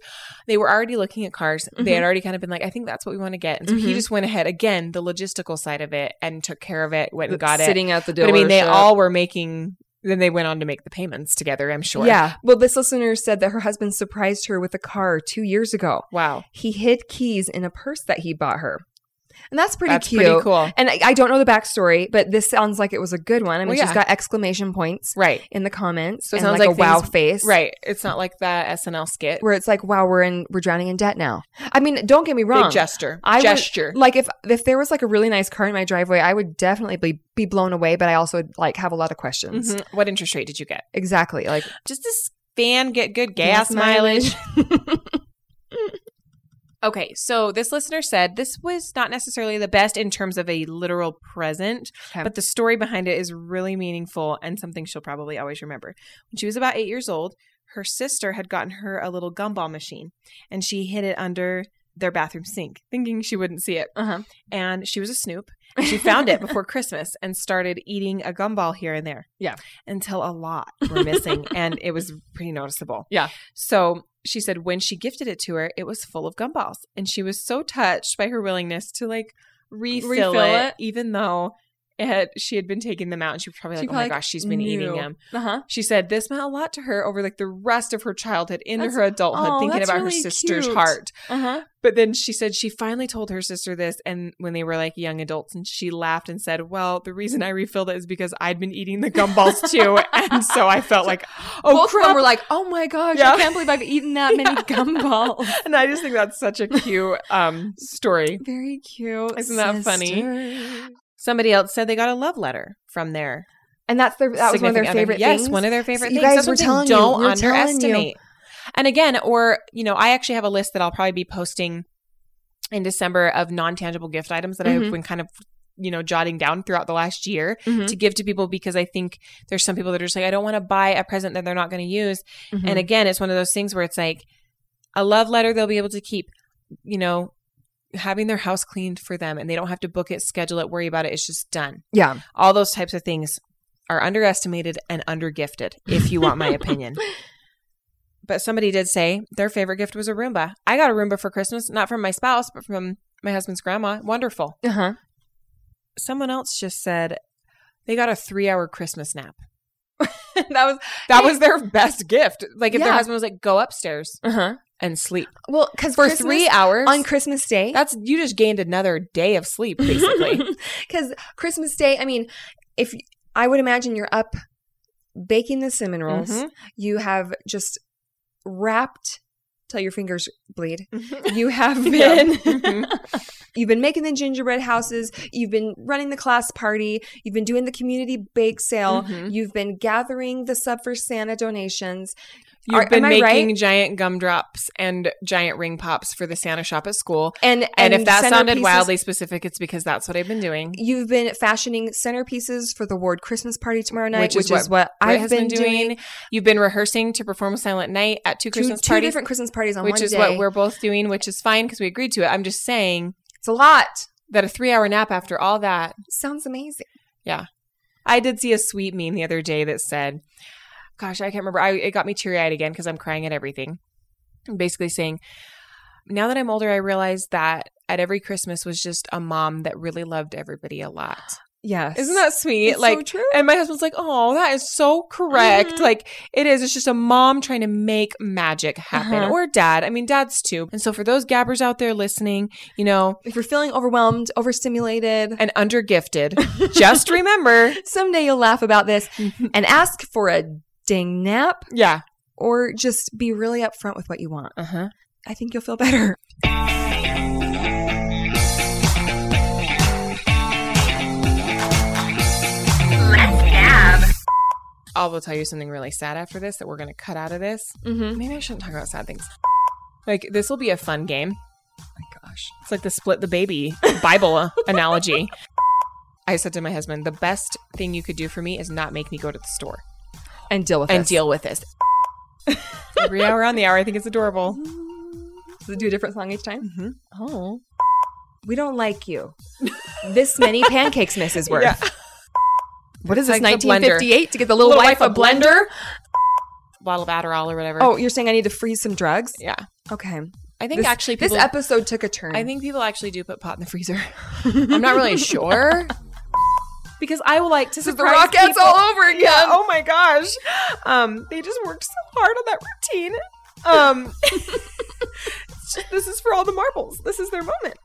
Speaker 1: they were already looking at cars. They
Speaker 2: Mm-hmm.
Speaker 1: had already kind of been like, I think that's what we want to get. And so he
Speaker 3: Mhm.
Speaker 1: just went ahead again, the logistical side of it and took care of it, went and got it.
Speaker 3: sitting at the dealership.
Speaker 1: But I mean, they all were making, then they went on to make the payments together, I'm sure.
Speaker 2: Yeah. Well, this listener said that her husband surprised her with a car two years ago.
Speaker 1: Wow.
Speaker 2: He hid keys in a purse that he bought her. And that's pretty
Speaker 1: that's
Speaker 2: cute.
Speaker 1: pretty cool.
Speaker 2: And I, I don't know the backstory, but this sounds like it was a good one. I mean,
Speaker 1: Well,
Speaker 2: she's
Speaker 1: yeah.
Speaker 2: got exclamation points
Speaker 1: Right.
Speaker 2: in the comments.
Speaker 1: So it
Speaker 2: and
Speaker 1: sounds
Speaker 2: like,
Speaker 1: like
Speaker 2: a wow
Speaker 1: things-
Speaker 2: face.
Speaker 1: Right. It's not like that SNL skit.
Speaker 2: Where it's like, wow, we're in we're drowning in debt now. I mean, don't get me wrong.
Speaker 1: Big gesture.
Speaker 2: I would-
Speaker 1: gesture.
Speaker 2: like if if there was like a really nice car in my driveway, I would definitely be, be blown away, but I also would like have a lot of questions.
Speaker 1: Mhm. What interest rate did you get?
Speaker 2: Exactly. Like
Speaker 1: Just this fan get good gas, mileage. Okay, so this listener said this was not necessarily the best in terms of a literal present,
Speaker 2: Okay.
Speaker 1: but the story behind it is really meaningful and something she'll probably always remember. When she was about eight years old, her sister had gotten her a little gumball machine and she hid it under their bathroom sink, thinking she wouldn't see it.
Speaker 2: Uh-huh.
Speaker 1: And she was a snoop. And she found it before Christmas and started eating a gumball here and there.
Speaker 3: Yeah.
Speaker 1: Until a lot were missing and it was pretty noticeable.
Speaker 3: Yeah.
Speaker 1: So she said when she gifted it to her, it was full of gumballs. And she was so touched by her willingness to like refill,
Speaker 3: Refill
Speaker 1: it,
Speaker 3: it?
Speaker 1: even though it had, she had been taking them out and she was probably like,
Speaker 3: She
Speaker 1: oh my
Speaker 3: probably
Speaker 1: gosh, she's been eating
Speaker 3: knew.
Speaker 1: them.
Speaker 3: Uh-huh.
Speaker 1: She said this meant a lot to her over like the rest of her childhood into
Speaker 3: That's-
Speaker 1: her adulthood,
Speaker 3: oh,
Speaker 1: thinking
Speaker 3: that's
Speaker 1: about her
Speaker 3: really
Speaker 1: sister's
Speaker 3: cute.
Speaker 1: heart.
Speaker 3: Uh-huh.
Speaker 1: But then she said she finally told her sister this, and when they were like young adults, and she laughed and said, "Well, the reason I refilled it is because I'd been eating the gumballs too, and so I felt like, oh
Speaker 3: Both of
Speaker 1: crap."
Speaker 3: them were like, "Oh my gosh,
Speaker 1: Yeah.
Speaker 3: I can't believe I've eaten that many
Speaker 1: Yeah.
Speaker 3: gumballs."
Speaker 1: and I just think that's such a cute um, story.
Speaker 3: Very cute.
Speaker 1: Isn't that funny?
Speaker 3: sister.
Speaker 1: Somebody else said they got a love letter from their
Speaker 2: and that's their that was one of their
Speaker 1: significant other.
Speaker 2: favorite
Speaker 1: yes,
Speaker 2: things.
Speaker 1: one of their favorite
Speaker 2: you
Speaker 1: things.
Speaker 2: guys
Speaker 1: That's
Speaker 2: were
Speaker 1: something
Speaker 2: telling you.
Speaker 1: don't
Speaker 2: We were telling you.
Speaker 1: underestimate. And again, or you know, I actually have a list that I'll probably be posting in December of non-tangible gift items that I've
Speaker 2: Mm-hmm.
Speaker 3: Mhm.
Speaker 1: been kind of you know jotting down throughout the last year
Speaker 2: Mm-hmm.
Speaker 3: Mhm.
Speaker 1: to give to people because I think there's some people that are just like I don't want to buy a present that they're not going to use.
Speaker 2: Mhm.
Speaker 1: And again, it's one of those things where it's like a love letter they'll be able to keep, you know, having their house cleaned for them and they don't have to book it, schedule it, worry about it. It's just done
Speaker 2: yeah,
Speaker 1: all those types of things are underestimated and undergifted if you want my opinion but somebody did say their favorite gift was a roomba i got a roomba for christmas not from my spouse but from my husband's grandma wonderful
Speaker 2: uh huh.
Speaker 1: someone else just said they got a three hour christmas nap
Speaker 2: that was
Speaker 1: that was their best gift like if their
Speaker 2: Yeah.
Speaker 1: husband was like go upstairs
Speaker 2: uh huh.
Speaker 1: and sleep
Speaker 2: Well, because
Speaker 1: for three hours
Speaker 2: on Christmas Day,
Speaker 1: that's you just gained another day of sleep basically
Speaker 2: Because Christmas Day, I mean, if I would imagine you're up baking the cinnamon rolls,
Speaker 1: Mhm.
Speaker 2: you have just wrapped till your fingers bleed.
Speaker 1: Mhm.
Speaker 2: You have
Speaker 1: Yeah.
Speaker 2: been
Speaker 1: Mhm.
Speaker 2: you've been making the gingerbread houses, you've been running the class party, you've been doing the community bake sale,
Speaker 1: Mhm.
Speaker 2: you've been gathering the sub for Santa donations.
Speaker 1: You've
Speaker 2: Are-
Speaker 1: been
Speaker 2: am I
Speaker 1: making
Speaker 2: right?
Speaker 1: giant gumdrops and giant ring pops for the Santa shop at school.
Speaker 2: And
Speaker 1: And, if that sounded
Speaker 2: centerpieces-
Speaker 1: wildly specific, it's because that's what I've been doing.
Speaker 2: You've been fashioning centerpieces for the Ward Christmas party tomorrow night,
Speaker 1: Which is
Speaker 2: which, is what,
Speaker 1: Britt
Speaker 2: I've been, doing.
Speaker 1: You've been rehearsing to perform Silent Night at two Christmas
Speaker 2: two, two
Speaker 1: parties,
Speaker 2: different Christmas parties on
Speaker 1: which
Speaker 2: one
Speaker 1: is
Speaker 2: day.
Speaker 1: what we're both doing, which is fine because we agreed to it. I'm just saying
Speaker 2: It's a lot.
Speaker 1: that a three hour nap after all that
Speaker 2: Sounds amazing.
Speaker 1: I did see a sweet meme the other day that said, "Gosh, I can't remember. I, it got me teary eyed again because I'm crying at everything." Basically saying, "Now that I'm older, I realize that at every Christmas was just a mom that really loved everybody a lot.
Speaker 2: Yes.
Speaker 1: Isn't that sweet?
Speaker 2: It's so
Speaker 1: like."
Speaker 2: true?
Speaker 1: and my husband's like, "Oh, that is so correct.
Speaker 3: Mhm.
Speaker 1: Like it is. It's just a mom trying to make magic happen,
Speaker 2: Uh-huh.
Speaker 1: or dad. I mean, dads too. And so for those gabbers out there listening, you know,
Speaker 2: If you're feeling overwhelmed, overstimulated,
Speaker 1: and undergifted, just remember,
Speaker 2: someday you'll laugh about this and ask for a dang nap
Speaker 1: yeah,
Speaker 2: or just be really upfront with what you want.
Speaker 1: uh huh."
Speaker 2: I think you'll feel better.
Speaker 1: I will tell you something really sad after this that we're going to cut out of this.
Speaker 2: Mm-hmm.
Speaker 1: Maybe I shouldn't talk about sad things. Like, this will be a fun game.
Speaker 2: my gosh.
Speaker 1: It's like the split the baby Bible analogy. I said to my husband, the best thing you could do for me is not make me go to the store
Speaker 2: And deal with
Speaker 1: and
Speaker 2: this.
Speaker 1: deal with this. Every hour on the hour, I think it's adorable.
Speaker 2: Does it do a different song each time?
Speaker 1: Mm-hmm.
Speaker 2: Oh. we don't like you. this many pancakes, Mrs. Worth.
Speaker 1: Yeah. What is
Speaker 2: It's
Speaker 1: this? It's a blender.
Speaker 2: 1958 to get the little, wife, a blender.
Speaker 1: Bottle of Adderall or whatever.
Speaker 2: Oh, you're saying I need to freeze some drugs?
Speaker 1: yeah.
Speaker 2: Okay.
Speaker 1: I think
Speaker 2: This,
Speaker 1: actually people.
Speaker 2: this episode took a turn.
Speaker 1: I think people actually do put pot in the freezer. I'm not really sure because I will like to
Speaker 2: this is the
Speaker 1: surprise
Speaker 2: Rockettes
Speaker 1: people.
Speaker 2: all over again.
Speaker 1: Oh my gosh, um, they just worked so hard on that routine. Um, this is for all the marbles. This is their moment.